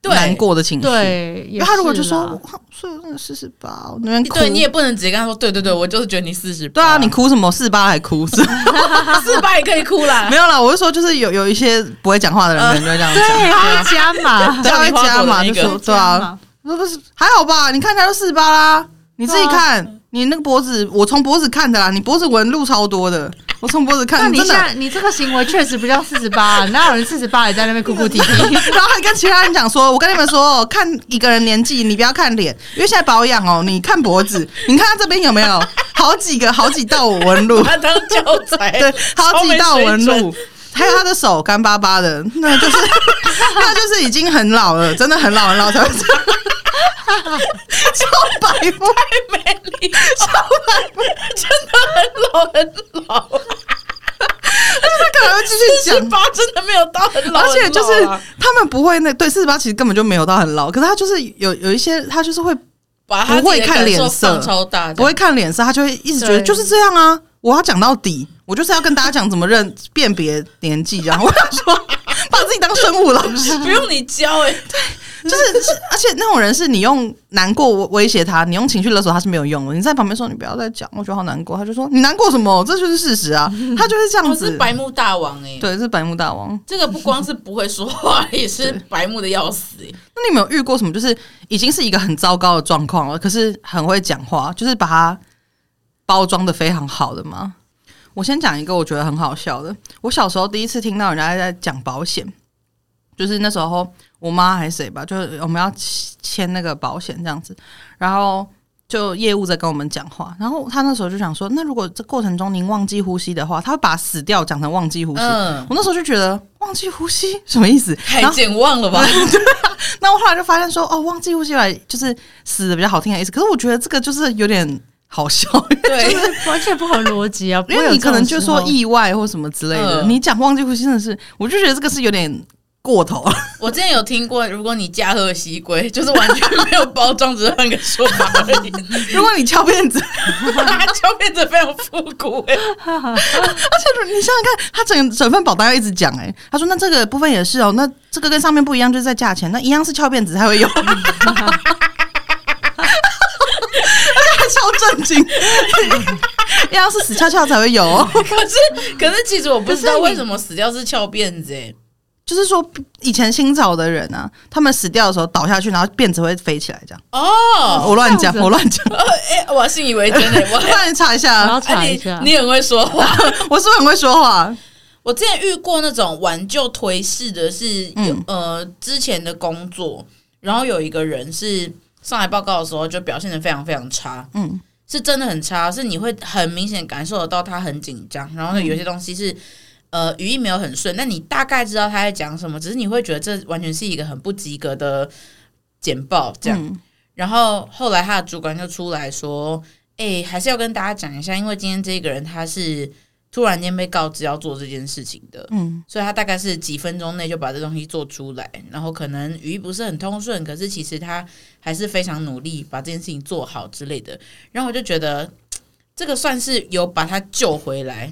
B: 对
A: 难过的情绪。
C: 对，
A: 因
C: 也
A: 为他如果就是说
C: 啦，
A: 我所以那试试吧，我那边哭，
B: 对你也不能直接跟他说，对对对，我就是觉得你四十，
A: 对啊，你哭什么？四八还哭是？
B: 四八也可以哭啦
A: <laughs> 没。有啦，我是说，就是有有一些不会讲话的人，可能就会这样讲，
C: <laughs> 对，他会加码，
A: 对，他会加嘛，就
B: 对
A: 说 <laughs> 对啊，，那不是还好吧？你看起来都四八啦，你自己看，你那个脖子，我从脖子看的啦，你脖子纹路超多的，我从脖子
C: 那
A: 看，
C: 你
A: 真
C: 现
A: 的。
C: 在你这个行为确实不叫四十八，哪有人四十八也在那边哭哭啼啼？
A: <laughs> 然后还跟其他人讲说：“我跟你们说哦，看一个人年纪，你不要看脸，因为现在保养哦，你看脖子， <laughs> 你看他这边有没有好几个、好几道纹
B: <laughs>
A: 路，
B: 把他当教材，
A: <laughs> 对，好几道纹
B: 哎超没水
A: 路，还有他的手干巴巴的，那就是 <laughs> 那就是已经很老了，真的很老很老才会这
B: <laughs>
A: 样。超白目，
B: 准，美丽，超
A: <laughs>
B: 真的很老很老，
A: 他可能会继续
B: 四
A: 讲。
B: 八真的没有到很老，
A: 而且就是
B: 很老啊
A: 他们不会那对四十八其实根本就没有到很老，可是他就是有有一些他就是会
B: 把他
A: 不会
B: 自己的感
A: 看脸
B: 受
A: 色
B: 放超大，
A: 不会看脸色，他就会一直觉得
C: 对
A: 就是这样啊，我要讲到底，我就是要跟大家讲怎么认辨别年纪，然后 <laughs> 我想说把自己当生物老师， <laughs>
B: 不用你教哎、欸，
A: 就是是而且那种人是你用难过威胁他，你用情绪勒索他是没有用的，你在旁边说你不要再讲，我觉得好难过，他就说你难过什么，这就是事实啊，他就是这样
B: 我
A: 子，
B: 哦是白目大王哎、欸，
A: 对，是白目大王。
B: 这个不光是不会说话，也是白目的要死、欸，
A: 那你们有遇过什么，就是已经是一个很糟糕的状况了，可是很会讲话，就是把它包装的非常好的吗？我先讲一个我觉得很好笑的。我小时候第一次听到人家在讲保险，就是那时候我妈还是谁吧，就是我们要签那个保险这样子，然后就业务在跟我们讲话，然后他那时候就想说，那如果这过程中您忘记呼吸的话，他会把死掉讲成忘记呼吸。
B: 嗯，
A: 我那时候就觉得忘记呼吸什么意 <laughs> 思？
B: 太
A: 然后
B: 健忘了
A: <laughs>
B: 吧？
A: 那我后来就发现说，哦，忘记呼吸来就是死的比较好听的意思。可是我觉得这个就是有点好笑， <laughs>
B: 对，
C: 完全不合逻辑啊！
A: 因为你可能就说意外或什么之类的，
B: 嗯
A: 你讲忘记呼吸真的是，我就觉得这个是有点过头 <laughs> 了。
B: 我之前有听过，如果你驾鹤西归，就是完全没有包装，只是换个说法而已。
A: 如果你翘辫子， <laughs>
B: 他就变得非常复古、欸，
A: 而且你想想看，他整整份保单要一直讲，哎，他说那这个部分也是哦，那这个跟上面不一样，就是在价钱，那一样是翘辫子才会有。 <laughs> 而且还超震惊， <laughs> 一样是死翘翘才会有哦、
B: 可是可是其实我不知道为什么死掉是翘辫子、欸，
A: 就是说以前新潮的人啊，他们死掉的时候倒下去，然后辫子会飞起来，这样。
B: 哦，
A: 我乱讲，
C: 这样子
A: 我乱讲，
B: 哎、我信以为真哎、
C: <laughs>
B: 欸，我
A: 我帮你查一
C: 我
A: 下
C: 要，
B: 哎
C: 查一下，
B: 你你很会说话。
A: 我是不是很会说话？
B: 我之前遇过那种挽救颓势的是，有
A: 嗯
B: 呃之前的工作，然后有一个人是上来报告的时候就表现的非常非常差，
A: 嗯，
B: 是真的很差，是你会很明显感受得到他很紧张，然后呢有些东西是。呃，语义没有很顺，但你大概知道他在讲什么，只是你会觉得这完全是一个很不及格的简报这样。
A: 嗯
B: 然后后来他的主管就出来说：“哎、还是要跟大家讲一下，因为今天这个人他是突然间被告知要做这件事情的，
A: 嗯
B: 所以他大概是几分钟内就把这东西做出来，然后可能语义不是很通顺，可是其实他还是非常努力把这件事情做好之类的。然后我就觉得嘖嗯这个算是有把他救回来，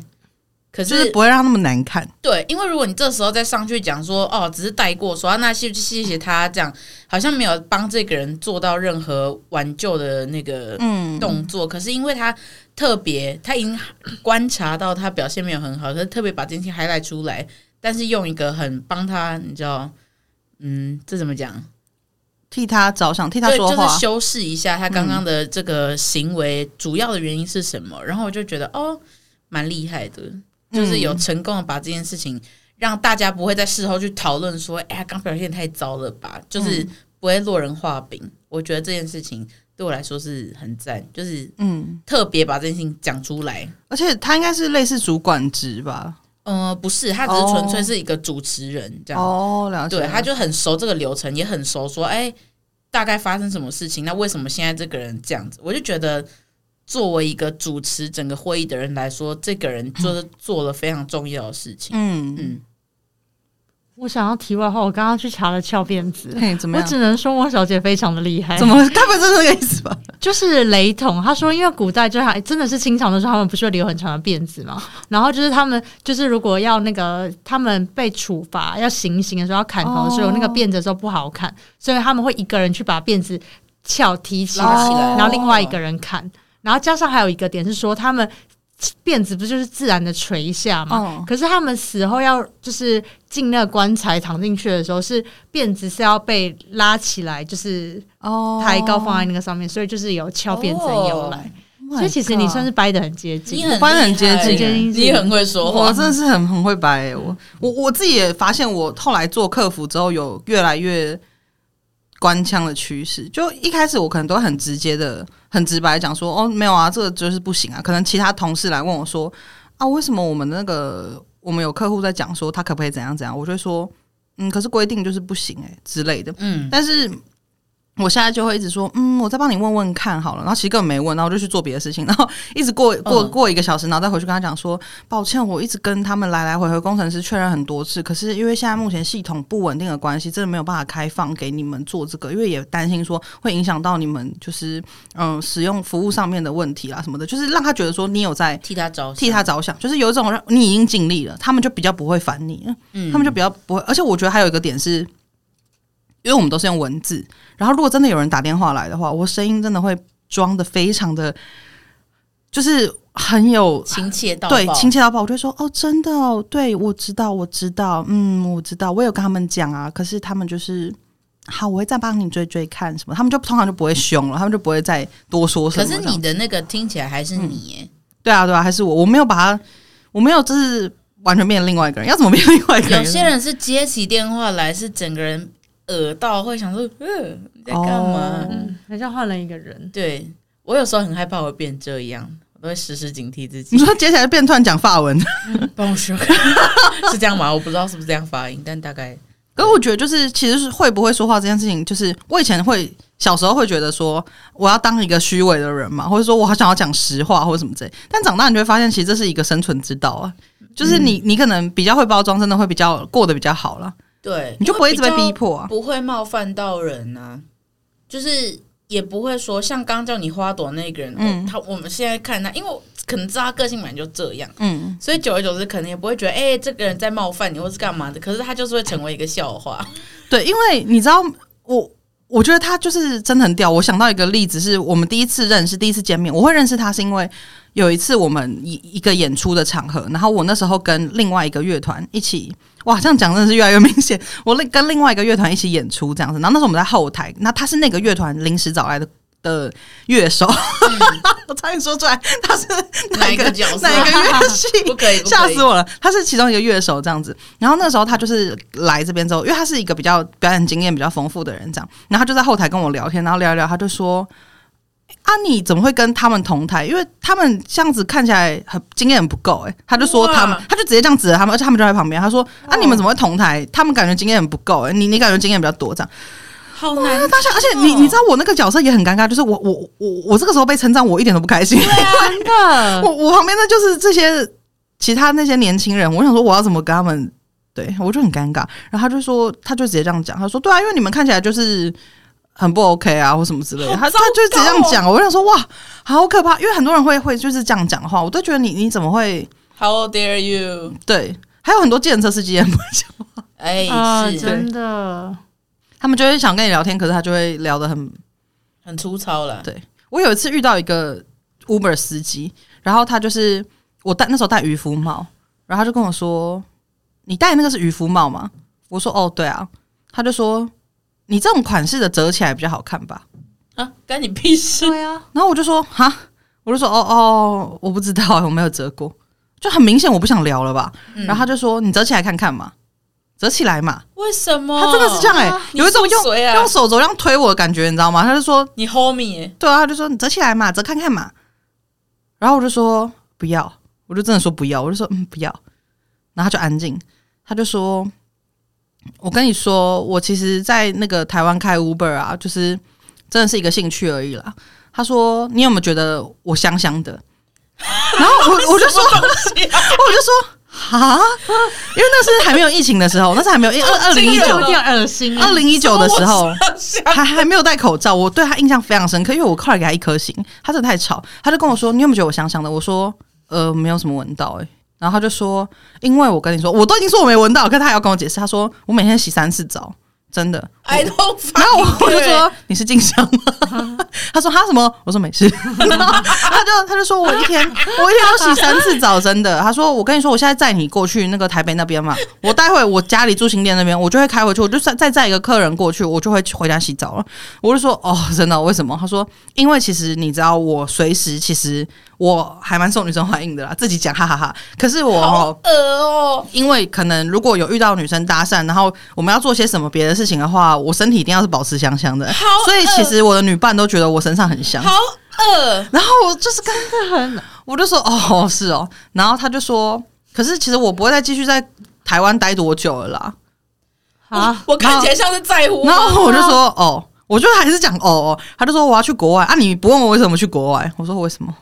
B: 可
A: 就是是不会让他那么难看。
B: 对，因为如果你这时候再上去讲说哦，只是带过说、啊、那谢谢谢他这样，好像没有帮这个人做到任何挽救的那个
A: 嗯，
B: 动作。可是因为他特别，他已经观察到他表现没有很好，可是特别把这件事情 highlight 出来，但是用一个很帮他，你知道，嗯，这怎么讲？
A: 替他着想，替他
B: 对，
A: 说
B: 就是
A: 话。
B: 修饰一下他刚刚的这个行为，主要的原因是什么？然后我就觉得哦，蛮厉害的，就是有成功的把这件事情让大家不会在事后去讨论说，哎呀，刚表现太糟了吧，
A: 嗯
B: 就是不会落人画饼。我觉得这件事情对我来说是很赞，就是
A: 嗯，
B: 特别把这件事情讲出来。
A: 而且他应该是类似主管职吧？
B: 呃，不是，他只是纯粹是一个主持人这样。
A: 哦，了解了。
B: 对，他就很熟这个流程，也很熟说，哎，大概发生什么事情？那为什么现在这个人这样子？我就觉得，作为一个主持整个会议的人来说，这个人就是做了非常重要的事情。
A: 嗯嗯，
B: 嗯，
C: 我想要题外话，我刚刚去查了翘辫子，
A: 嘿，怎么
C: 我
A: 样？
C: 只能说翁小姐非常的厉害，
A: 怎么？该不会就是这个意思吧？
C: 就是雷同。他说，因为古代就还真的是清朝的时候，他们不是会留很长的辫子嘛？然后就是他们就是如果要那个他们被处罚要行刑的时候要砍头的时候，
A: 哦
C: 那个辫子的时候不好砍，所以他们会一个人去把辫子翘提起来，
B: 拉起来
C: 然后另外一个人砍。然后加上还有一个点是说，他们辫子不就是自然的垂下嘛？
A: 哦，
C: 可是他们死后要就是进那个棺材躺进去的时候，是辫子是要被拉起来，就是
A: 哦
C: 抬高放在那个上面，所以就是有翘辫子的由来。所以其实你算是掰的哦很接
B: 你
C: 近。
B: 很
A: 翻得很
B: 厉
A: 接
B: 害
C: 近欸
B: 你很会说
A: 我
B: 话，
A: 真的是很很会掰、欸，我我我自己也发现，我后来做客服之后，有越来越官腔的趋势。就一开始我可能都很直接的、很直白地讲说，哦，没有啊，这个就是不行啊。可能其他同事来问我说，啊，为什么我们那个我们有客户在讲说他可不可以怎样怎样，我就会说，嗯，可是规定就是不行哎、欸之类的。
B: 嗯，
A: 但是我现在就会一直说，嗯，我再帮你问问看好了。然后其实根本没问，然后我就去做别的事情， <laughs> 然后一直过过
B: 嗯
A: 过一个小时，然后再回去跟他讲说，抱歉，我一直跟他们来来回回工程师确认很多次，可是因为现在目前系统不稳定的关系，真的没有办法开放给你们做这个，因为也担心说会影响到你们就是嗯使用服务上面的问题啊什么的，就是让他觉得说你有在。
B: 替他着想，
A: 替他着想，就是有一种让你已经尽力了，他们就比较不会烦你了。
B: 嗯，
A: 他们就比较不会。而且我觉得还有一个点是，因为我们都是用文字，然后如果真的有人打电话来的话，我声音真的会装的非常的，就是很有。
B: 亲切到
A: 对，
B: 爆
A: 亲切到爆，我就会说哦，真的哦，对我知道，我知道，嗯，我知道，我有跟他们讲啊，可是他们就是，好，我会再帮你追追看什么，他们就通常就不会凶了，他们就不会再多说什么
B: 可
A: 这
B: 是
A: 样。
B: 你的那个听起来还是你耶，
A: 对啊，对啊，还是我，我没有把他，我没有就是完全变另外一个人，要怎么变另外一个人？
B: 有些人是接起电话来，是整个人耳到会想说，嗯，你在干嘛？
A: 哦
C: 嗯，好像换了一个人。
B: 对我有时候很害怕我会变这样，我都会时时警惕自
A: <laughs>
B: 己
A: 你。说接下来变突然讲法文，
B: <laughs> 帮我说， <laughs> 是这样吗？我不知道是不是这样发音，但大概
A: 可是我觉得，就是其实是会不会说话这件事情，就是我以前会小时候会觉得说，我要当一个虚伪的人嘛，或者说我好想要讲实话或者什么之类。但长大你就会发现，其实这是一个生存之道啊，就是你、你可能比较会包装，真的会比较过得比较好啦，
B: 对，
A: 你就不会一直被逼
B: 迫，
A: 迫啊。
B: 不会冒犯到人啊，就是也不会说像刚叫你花朵那个人，
A: 嗯
B: 嗯，他我们现在看他，因为我可能知道他个性本来就这样。
A: 嗯，
B: 所以久而久之，可能也不会觉得，哎、这个人在冒犯你，或是干嘛的。可是他就是会成为一个笑话。
A: 对，因为你知道我。我觉得他就是真的很屌。我想到一个例子，是我们第一次认识、第一次见面。我会认识他是因为有一次我们一一个演出的场合，然后我那时候跟另外一个乐团一起，哇，这样讲真的是越来越明显。我另跟另外一个乐团一起演出这样子，然后那时候我们在后台，那他是那个乐团临时找来的的乐手，我差点说出来他是哪
B: 哪一个角色 <laughs>
A: 哪一个乐器？
B: 不可以，不
A: <laughs>
B: 可以
A: 吓死我了！他是其中一个乐手这样子，然后那时候他就是来这边之后，因为他是一个比较表演经验比较丰富的人，这样，然后他就在后台跟我聊天，然后聊一聊，他就说：“啊，你怎么会跟他们同台？因为他们这样子看起来很经验很不够。”哎，他就说
B: 哇
A: 他们，他就直接这样指着他们，而且他们就在旁边，他说：“啊，
B: 哦
A: 你们怎么会同台？他们感觉经验很不够，哎，你你感觉经验比较多这样。”
B: 好难哦
A: 当下，而且你你知道我那个角色也很尴尬，就是我我我我这个时候被称赞，我一点都不开心。
B: 啊
C: 真
B: 嗯
C: 的，
A: 我我旁边的就是这些其他那些年轻人，我想说我要怎么跟他们，对我就很尴尬。然后他就说，他就直接这样讲，他说对啊，因为你们看起来就是很不 OK 啊，或什么之类的。他
B: 好
A: 他
B: 糟
A: 就直接这样
B: 糕哦
A: 讲，我就想说哇，好可怕，因为很多人会会就是这样讲话，我都觉得你你怎么会
B: ，How dare you？
A: 对？还有很多计程车司机也不会讲，
B: 哎、
C: 啊，
B: 是
C: 真的，
A: 他们就会想跟你聊天，可是他就会聊得很
B: 很粗糙了。
A: 我有一次遇到一个 Uber 司机，然后他就是我戴那时候戴渔夫帽，然后他就跟我说：“你戴那个是渔夫帽吗？”我说：“哦，对啊。”他就说：“你这种款式的折起来比较好看吧
B: 啊，干你屁事！
C: 对啊，？”
A: 然后我就说：“哈，我就说哦哦，我不知道，我没有折过，就很明显我不想聊了吧。
B: 嗯
A: 然后他就说：“你折起来看看嘛，折起来嘛。”
B: 为什么？
A: 他真的是这样哎、有一种
B: 你是
A: 用
B: 谁啊
A: 用手肘这样推我的感觉，你知道吗？他就说：“
B: 你 homie，耶、
A: 对啊，他就说你折起来嘛，折看看嘛。然后我就说不要，我就真的说不要，我就说嗯不要。然后他就安静，他就说：“我跟你说，我其实，在那个台湾开 Uber 啊，就是真的是一个兴趣而已啦。”他说：“你有没有觉得我香香的？”然后我我就说，我就说哈，因为那是还没有疫情的时候，那是还没有二二零一
C: <laughs> 有
A: 九
C: 点恶心啊
A: 二！零一九的时候
B: <laughs> 我，想象
A: 还还没有戴口罩，我对他印象非常深刻，因为我后来给他一颗星，他真的太吵，他就跟我说：“你有没有觉得我香香的？”我说：“呃，没有什么闻到。”哎，然后他就说：“因为我跟你说，我都已经说我没闻到，可是他还要跟我解释，他说我每天洗三次澡，真的。
B: I don't fucking
A: 然后我我就
B: care
A: 说你是静香吗？ <laughs> 他说他什么？我说 <laughs> 没事。然后他就他就说我一天我一天要洗三次澡，真的。他说我跟你说，我现在载你过去那个台北那边嘛，我待会我家里住新店那边，我就会开回去，我就再再载一个客人过去，我就会回家洗澡了。我就说哦，真的？为什么？他说因为其实你知道，我随时其实我还蛮受女生欢迎的啦，自己讲哈哈哈可是我哦
B: 好恶哦，
A: 因为可能如果有遇到女生搭讪，然后我们要做些什么别的事情的话，我身体一定要是保持香香的
B: 好。
A: 所以其实我的女伴都觉得我身上很香。
B: 好恶，
A: 然后我就是跟
C: 真的很
A: 我就说哦是哦，然后他就说，可是其实我不会再继续在台湾待多久了啦。
C: 啊！
B: 我看起来像是在乎
A: 然
B: 吗？
A: 后我就说哦，我就还是讲哦哦，他就说我要去国外啊，你不问我为什么去国外，我说为什么？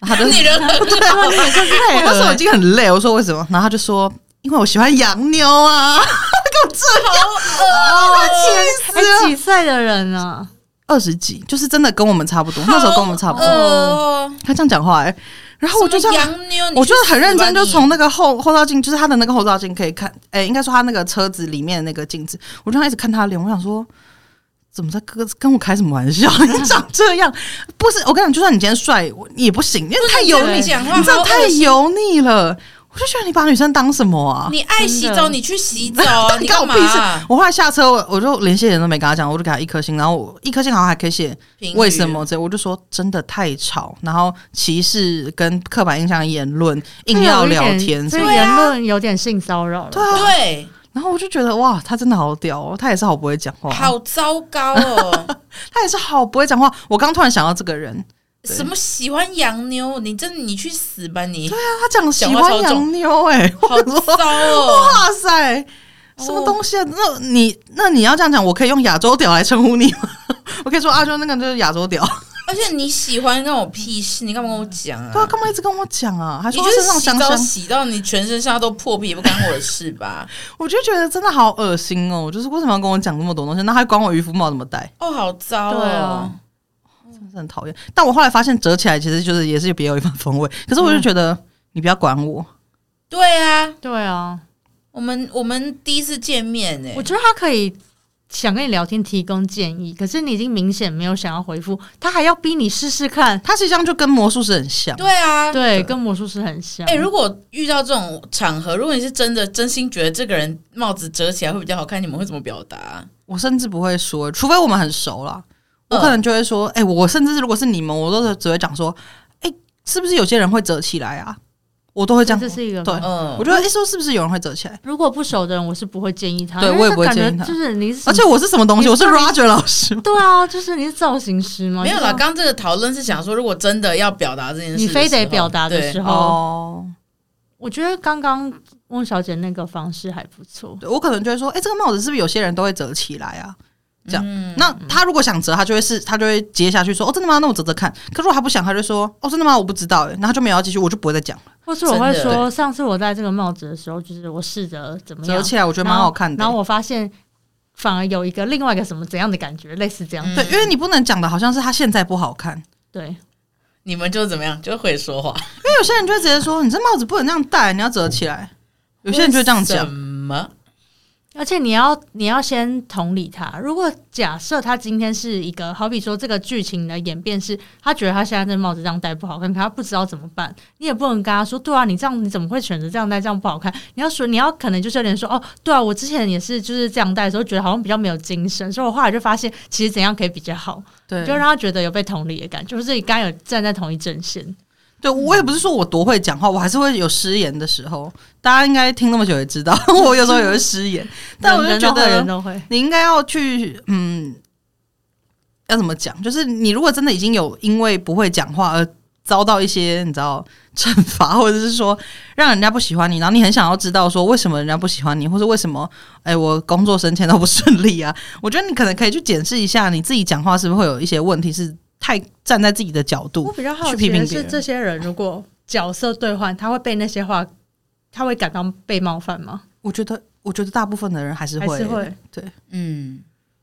A: 然后他就
B: <laughs> 你人很
A: 对，啊我
B: <laughs>
A: 那时候已经很累，我说为什么？然后他就说因为我喜欢洋妞啊，
B: 好恶，
C: 哦
A: 气死了
C: 哎，。几岁的人啊？
A: 二十几，就是真的跟我们差不多， <laughs> 那时候跟我们差不
B: 好
A: 多。
B: 恶哦
A: 他这样讲话、欸，然后我就这
B: 什么
A: 样，
B: 洋妞，你
A: 我就
B: 去死吧
A: 很认真，就
B: 你
A: 从那个后后照镜，就是他的那个后照镜可以看，哎、应该说他那个车子里面的那个镜子，我就一直看他的脸，我想说。怎么在跟跟我开什么玩笑？你长这样， <laughs> 不是我跟你讲，就算你今天帅，我也不行，因为太油腻，
B: 你讲话
A: 哎你这样
B: 好恶
A: 太
B: 心
A: 油腻了。我就觉得你把女生当什么啊？
B: 你爱洗
A: <laughs>
C: 真
B: 澡，
C: 的
B: 你去洗澡啊，你
A: 干
B: 干
A: 我
B: 嘛
A: 屁事？我后来下车，我我就连谢谢都没跟他讲，我就给他一颗星，然后我一颗星好像还可以写
B: 评语
A: 为什么这，我就说真的太吵，然后歧视跟刻板印象的言论硬要聊天什
C: 这
B: 啊
A: 么
C: 个
A: 的，
C: 言论有点性骚扰了。
A: 对啊，
B: 对，
A: 然后我就觉得哇，他真的好屌哦，他也是好不会讲话，
B: 好糟糕哦！
A: 他也是好不会讲话。我刚突然想到这个人， <laughs> 对
B: 什么喜欢洋妞，你真的你去死吧你！
A: 对啊，他讲喜
B: 讲话超
A: 欢
B: 重
A: 洋妞哎、欸，
B: 好
A: 我说
B: 糟哦！
A: 哇塞，什么东西啊？那你那你要这样讲，我可以用亚洲屌来称呼你吗？ <laughs> 我可以说阿就那个就是亚洲屌。
B: 而且你喜欢那种屁事，你干嘛跟我讲
A: 对啊，
B: 啊？
A: 干嘛一直跟我讲啊？还
B: 你
A: 说
B: 就
A: 我
B: 是
A: 身上
B: 洗
A: 香
B: 澡
A: 香，
B: 洗到你全身上下都破皮，也不干我的事吧？
A: 我就觉得真的好恶心哦！就是为什么要跟我讲那么多东西？那还管我渔夫帽怎么戴，
B: 哦，好糟
C: 对
B: 哦
C: 啊！
A: 真的很讨厌。但我后来发现折起来其实就是也是别有一番风味。可是
C: 嗯
A: 我就觉得、你不要管我，
B: 对啊，
C: 对啊，
B: 我们我们第一次见面哎
C: 我，觉得他可以想跟你聊天，提供建议，可是你已经明显没有想要回复，他还要逼你试试看。
A: 它实际上就跟魔术师很像。
B: 对啊，
C: 对，跟魔术师很像。
B: 哎、如果遇到这种场合，如果你是真的真心觉得这个人帽子折起来会比较好看，你们会怎么表达？
A: 我甚至不会说，除非我们很熟啦，我
B: 嗯
A: 可能就会说，哎、我甚至如果是你们，我都是只会讲说，哎、是不是有些人会折起来啊？我都会这样
C: 这，是一个
A: 对
B: 嗯，
A: 我觉得，哎、说是不是有人会折起来？
C: 如果不熟的人，我是不会建议他，
A: 对
C: 因为
A: 我也不会
C: 这感
A: 建议他
C: 觉就是你是
A: 而
C: 什么，
A: 且我是什么东西？
C: 你
A: 我是
C: 到底
A: Roger 老师吗
C: 对啊，就是你是造型师吗？
B: 没有
C: 就
B: 啦，
C: 是
B: 刚刚这个讨论是想说，如果真的要表达这件事，
C: 你非得表达的
B: 对
C: 时候，
A: 哦。
C: 我觉得刚刚翁小姐那个方式还不错。
A: 对我可能就会说，哎、这个帽子是不是有些人都会折起来啊？这样，
B: 嗯
A: 那他如果想折，他就会是，他就会接下去说，哦，真的吗？那我折折看。
C: 嗯
A: 可如果他不想，他就说，哦，真的吗？我不知道、欸，然后他就没有要继续，我就不会再讲了。
C: 或是我会
B: 真
C: 说，上次我戴这个帽子的时候，就是我试着怎么样
A: 折起来，我觉得蛮好看的
C: 然后。然后我发现，反而有一个另外一个什么怎样的感觉，类似这样。
B: 嗯
A: 对，因为你不能讲的好像是他现在不好看，因
C: 对，
B: 你们就怎么样，就会说话。
A: 为有些人就会直接说，你这帽子不能这样戴，你要折起来。有些人就会这样
B: 什
A: 讲，
B: 么？
C: 而且你要你要先同理他。如果假设他今天是一个，好比说这个剧情的演变是，他觉得他现在这帽子这样戴不好看，可他不知道怎么办，你也不能跟他说，对啊，你这样你怎么会选择这样戴，这样不好看？你要说你要可能就是有点说，哦，对啊，我之前也是就是这样戴的时候，觉得好像比较没有精神，所以我后来就发现，其实怎样可以比较好，
A: 对，
C: 就让他觉得有被同理的感觉，就是自己刚有站在同一阵线。
A: 对我也不是说我多会讲话，我还是会有失言的时候。大家应该听那么久也知
C: <laughs>
A: 道，我有时候也会失言，但我就
C: 人
A: 觉
C: 都会
A: 得
C: 人都会，
A: 你应该要去，嗯，要怎么讲？就是你如果真的已经有因为不会讲话而遭到一些你知道惩罚， <laughs> 或者是说让人家不喜欢你，然后你很想要知道说为什么人家不喜欢你，或者为什么哎、我工作升迁都不顺利啊？ <laughs> 我觉得你可能可以去检视一下你自己讲话是不是会有一些问题，是太站在自己的角
C: 我
A: 度。
C: 比较好
A: 去批
C: 奇
A: 评
C: 的
A: 别
C: 是，
A: 人
C: 这些人如果角色兑换，他会被那些话他会感到被冒犯吗？
A: 我觉得，我觉得大部分的人还是
C: 还
A: 会，
C: 是会？
A: 对。
B: 嗯，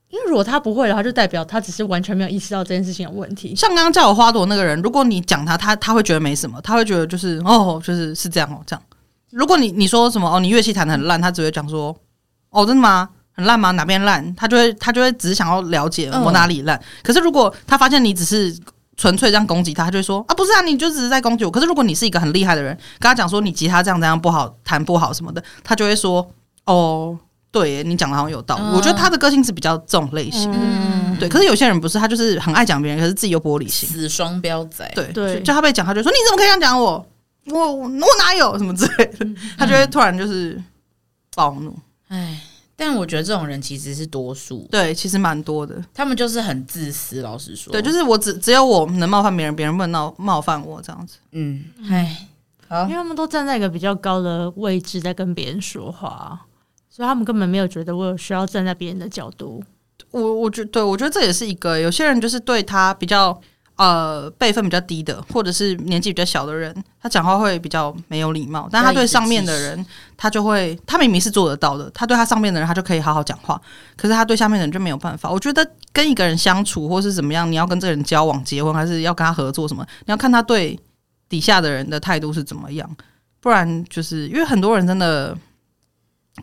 C: 因为如果他不会的话，就代表他只是完全没有意识到这件事情有问题。
A: 像刚刚叫我花朵那个人，如果你讲他，他他会觉得没什么，他会觉得就是哦，就是是这样哦，这样。如果你你说什么哦，你乐器弹的很烂，他只会讲说哦，真的吗？很烂吗？哪边烂？他就会他就会只是想要了解
B: 嗯
A: 我哪里烂。可是如果他发现你只是纯粹这样攻击他，他就会说啊，不是啊，你就只是在攻击我。可是如啊果你是一个很厉害的人，跟他讲说你吉他这样这样不好，弹不好什么的，他就会说哦，对耶，你讲的好像有道理。
B: 嗯
A: 我觉得他的个性是比较这种类型。
B: 嗯
A: 对，可是有些人不是，他就是很爱讲别人，可是自己又玻璃心。
B: 死双标仔，
A: 对
C: 对
A: 就叫他被讲，他就说你怎么可以这样讲我？我我我哪有什么之类的，他就会突然就是暴怒。
B: 哎，但我觉得这种人其实是多数，
A: 对，其实蛮多的。
B: 他们就是很自私，老实说，
A: 对，就是是我只只有我能冒犯别人，别人不能冒冒犯我这样子。
B: 嗯，哎，好
C: 嗯因为，他们都站在一个比较高的位置在跟别人说话，所以他们根本没有觉得我有需要站在别人的角度。
A: 我我觉对我觉得这也是一个，有些人就是对他比较呃辈分比较低的，或者是年纪比较小的人，他讲话会比较没有礼貌，但他对上面的人，他就会他明明是做得到的，他对他上面的人他就可以好好讲话，可是他对下面的人就没有办法。我觉得跟一个人相处或是怎么样，你要跟这个人交往、结婚，还是要跟他合作什么，你要看他对底下的人的态度是怎么样，不然就是因为很多人真的。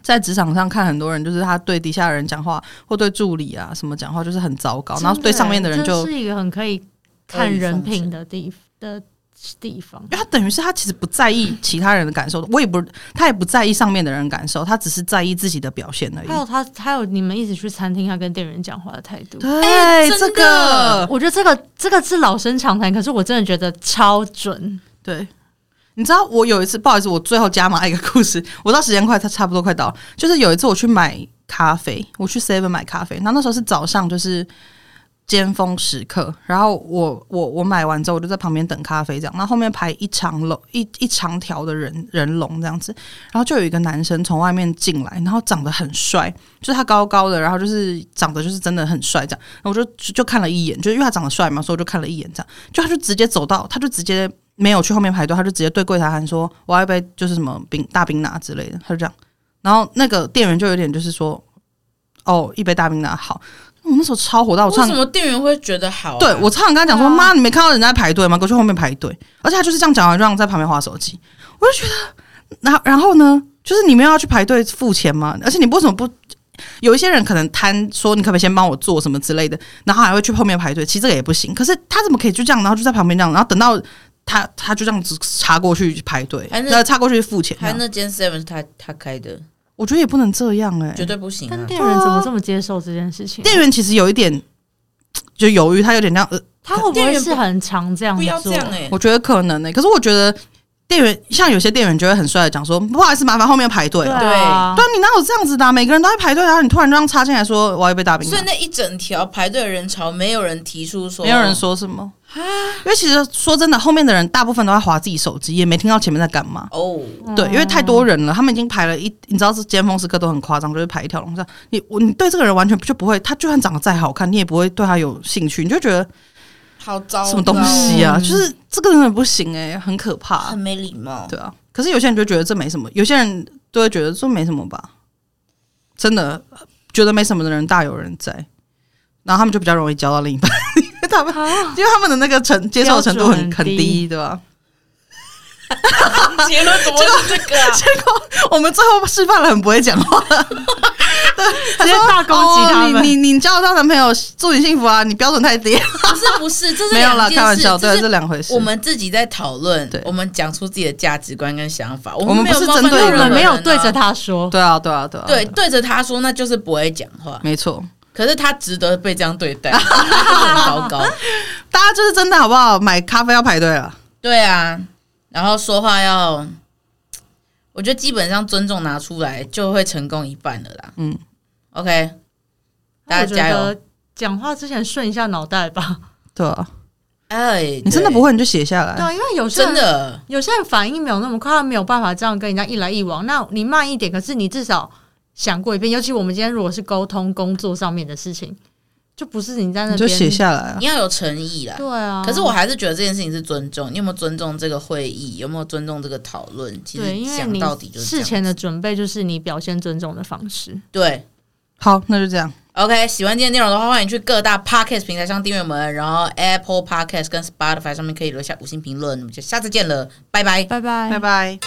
A: 在职场上看，很多人就是他对底下的人讲话，或对助理啊什么讲话，就是很糟糕，哦然后对上面的人
C: 真
A: 就
C: 这是一个很可以看人品的地的地方
A: 因为。他等于是他其实不在意其他人的感受，我也不，他也不在意上面的人的感受，他只是在意自己的表现而已
C: 还。有他，还有你们一起去餐厅，他跟店员讲话的态度。
A: 对，
B: 哎真的
A: 这个
C: <laughs> 我觉得这个这个是老生常谈，可是我真的觉得超准。
A: 对。你知道我有一次，不好意思，我最后加码一个故事。我知道时间快，它差不多快到了。就是有一次我去买咖啡，我去 Seven 买咖啡，然后那时候是早上，就是尖峰时刻。然后我我我买完之后，我就在旁边等咖啡，这样。然后后面排一长龙一一长条的人人龙这样子。然后就有一个男生从外面进来，然后长得很帅，就是他高高的，然后就是长得就是真的很帅这样。然后我就就就看了一眼，就是因为他长得帅嘛，所以我就看了一眼这样。就他就直接走到，他就直接没有去后面排队，他就直接对柜台喊说：“我要一杯就是什么冰大冰拿之类的。”他就这样，然后那个店员就有点就是说：“哦，一杯大冰拿好。”我那时候超火大，我
B: 为
A: 唱
B: 什么店员会觉得好啊、
A: 对我常常跟他讲说：“
C: 对啊
A: 妈，你没看到人在排队吗？给我去后面排队。”而且他就是这样讲完，让我在旁边划手机。我就觉得，然然后呢，就是你们要去排队付钱吗？而且你为什么不？有一些人可能贪说你可不可以先帮我做什么之类的，然后还会去后面排队，其实这个也不行。可是他怎么可以就这样，然后就在旁边这样，然后等到他他就这样子插过去排队，
B: 还是
A: 然后插过去付钱这
B: 还有
A: 样。
B: 那间 Seven 是他他开的，
A: 我觉得也不能这样哎、
B: 绝对不行、
C: 但
B: 啊。
C: 店员怎么这么接受这件事情？
A: 店员其实有一点就犹豫，他有点这样呃
C: 他会不
B: 店
C: 会
B: 员不
C: 是很常这样
B: 不要这
C: 做？
B: 样哎、
A: 我觉啊得可能呢、欸可是我觉得店员像有些店员就会很帅的讲说，不好意思，麻烦后面排队
C: 对
A: 哦。
C: 啊，
A: 对啊，你哪有这样子的啊、每个人都在排队，然后你突然这样插进来说我要一杯大冰
B: 所以
A: 奶，
B: 那一整条排队的人潮，没有人提出说，
A: 没有人说什么。因为其实说真的，后面的人大部分都在划自己手机，也没听到前面在干嘛。
B: 哦，
A: 对，因为太多人了，他们已经排了一，你知道是尖峰时刻都很夸张，就是排一条龙这样。你我你对这个人完全就不会，他就算长得再好看，你也不会对他有兴趣，你就觉得
B: 好糟糕，
A: 什么东西啊，
C: 嗯
A: 就是这个人很不行哎、很可怕、
B: 很没礼貌。
A: 对啊，可是有些人就觉得这没什么，有些人都会觉得这没什么吧。真的觉得没什么的人大有人在，然后他们就比较容易交到另一半， <laughs> 因为他们
C: 啊，
A: 因为他们的那个程接受的程度
C: 标
A: 很
C: 准
A: 很
C: 很低
A: 低，对吧、
B: <laughs> 结论怎么会是这个啊？
A: 我们最后示范了很不会讲话， <laughs>
C: 直接大攻击他
A: 哦
C: 们。
A: 你你你交得到男朋友，祝你幸福啊！你标准太低，
B: 不是不是，这是
A: 没有啦，
B: 两件
A: 开玩
B: 事
A: 笑，对，啊
B: 这
A: 这
B: 是
A: 两回事。
B: 我们自己在讨论
A: 对，
B: 我们讲出自己的价值观跟想法，我
A: 我们
B: 没有
A: 不是
B: 冒犯
A: 针对
B: 到
A: 人
C: 我
B: 任何
C: 们没有
B: 人啊
C: 对着他说，
A: 对啊，对啊，对啊，
B: 对，对着他说，那就是不会讲话。
A: 没错。
B: 可是他值得被这样
A: <laughs>
B: 对待，很糟糕。
A: 大家就是真的好不好？买咖啡要排队了，
B: 对啊，然后说话要，我觉得基本上尊重拿出来就会成功一半了啦。
A: 嗯，
B: OK，大家
C: 我觉
B: 加油。
C: 得讲话之前顺一下脑袋吧。
A: 对啊。
B: 哎，
A: 你真的
B: 对
A: 不会，你就啊写下来。
C: 对，因啊为有些
B: 啊真
C: 人
B: 的
C: 有些人反应没有那么快，他没有办法这样跟人家一来一往。那你慢一点，可是你至少想过一遍。尤其我们今天如果是沟通工作上面的事情，就不是你在那
A: 你就
C: 边
A: 写下来啊
B: 你。要有诚意啦。
C: 对啊。
B: 可是我还是觉得这件事情是尊重，你有没有尊重这个会议？有没有尊重这个讨论？其
C: 对，
B: 实
C: 因为
B: 讲
C: 你
B: 到底就是这
C: 事
B: 样
C: 前的准备就是你表现尊重的方式。
B: 对。
A: 好，那就这样。
B: OK，喜欢今天内容的话，欢迎去各大 Podcast 平台上订阅我们，然后 Apple Podcast 跟 Spotify 上面可以留下五星评论。我们就下次见了，拜拜。
C: 拜拜
A: 拜拜。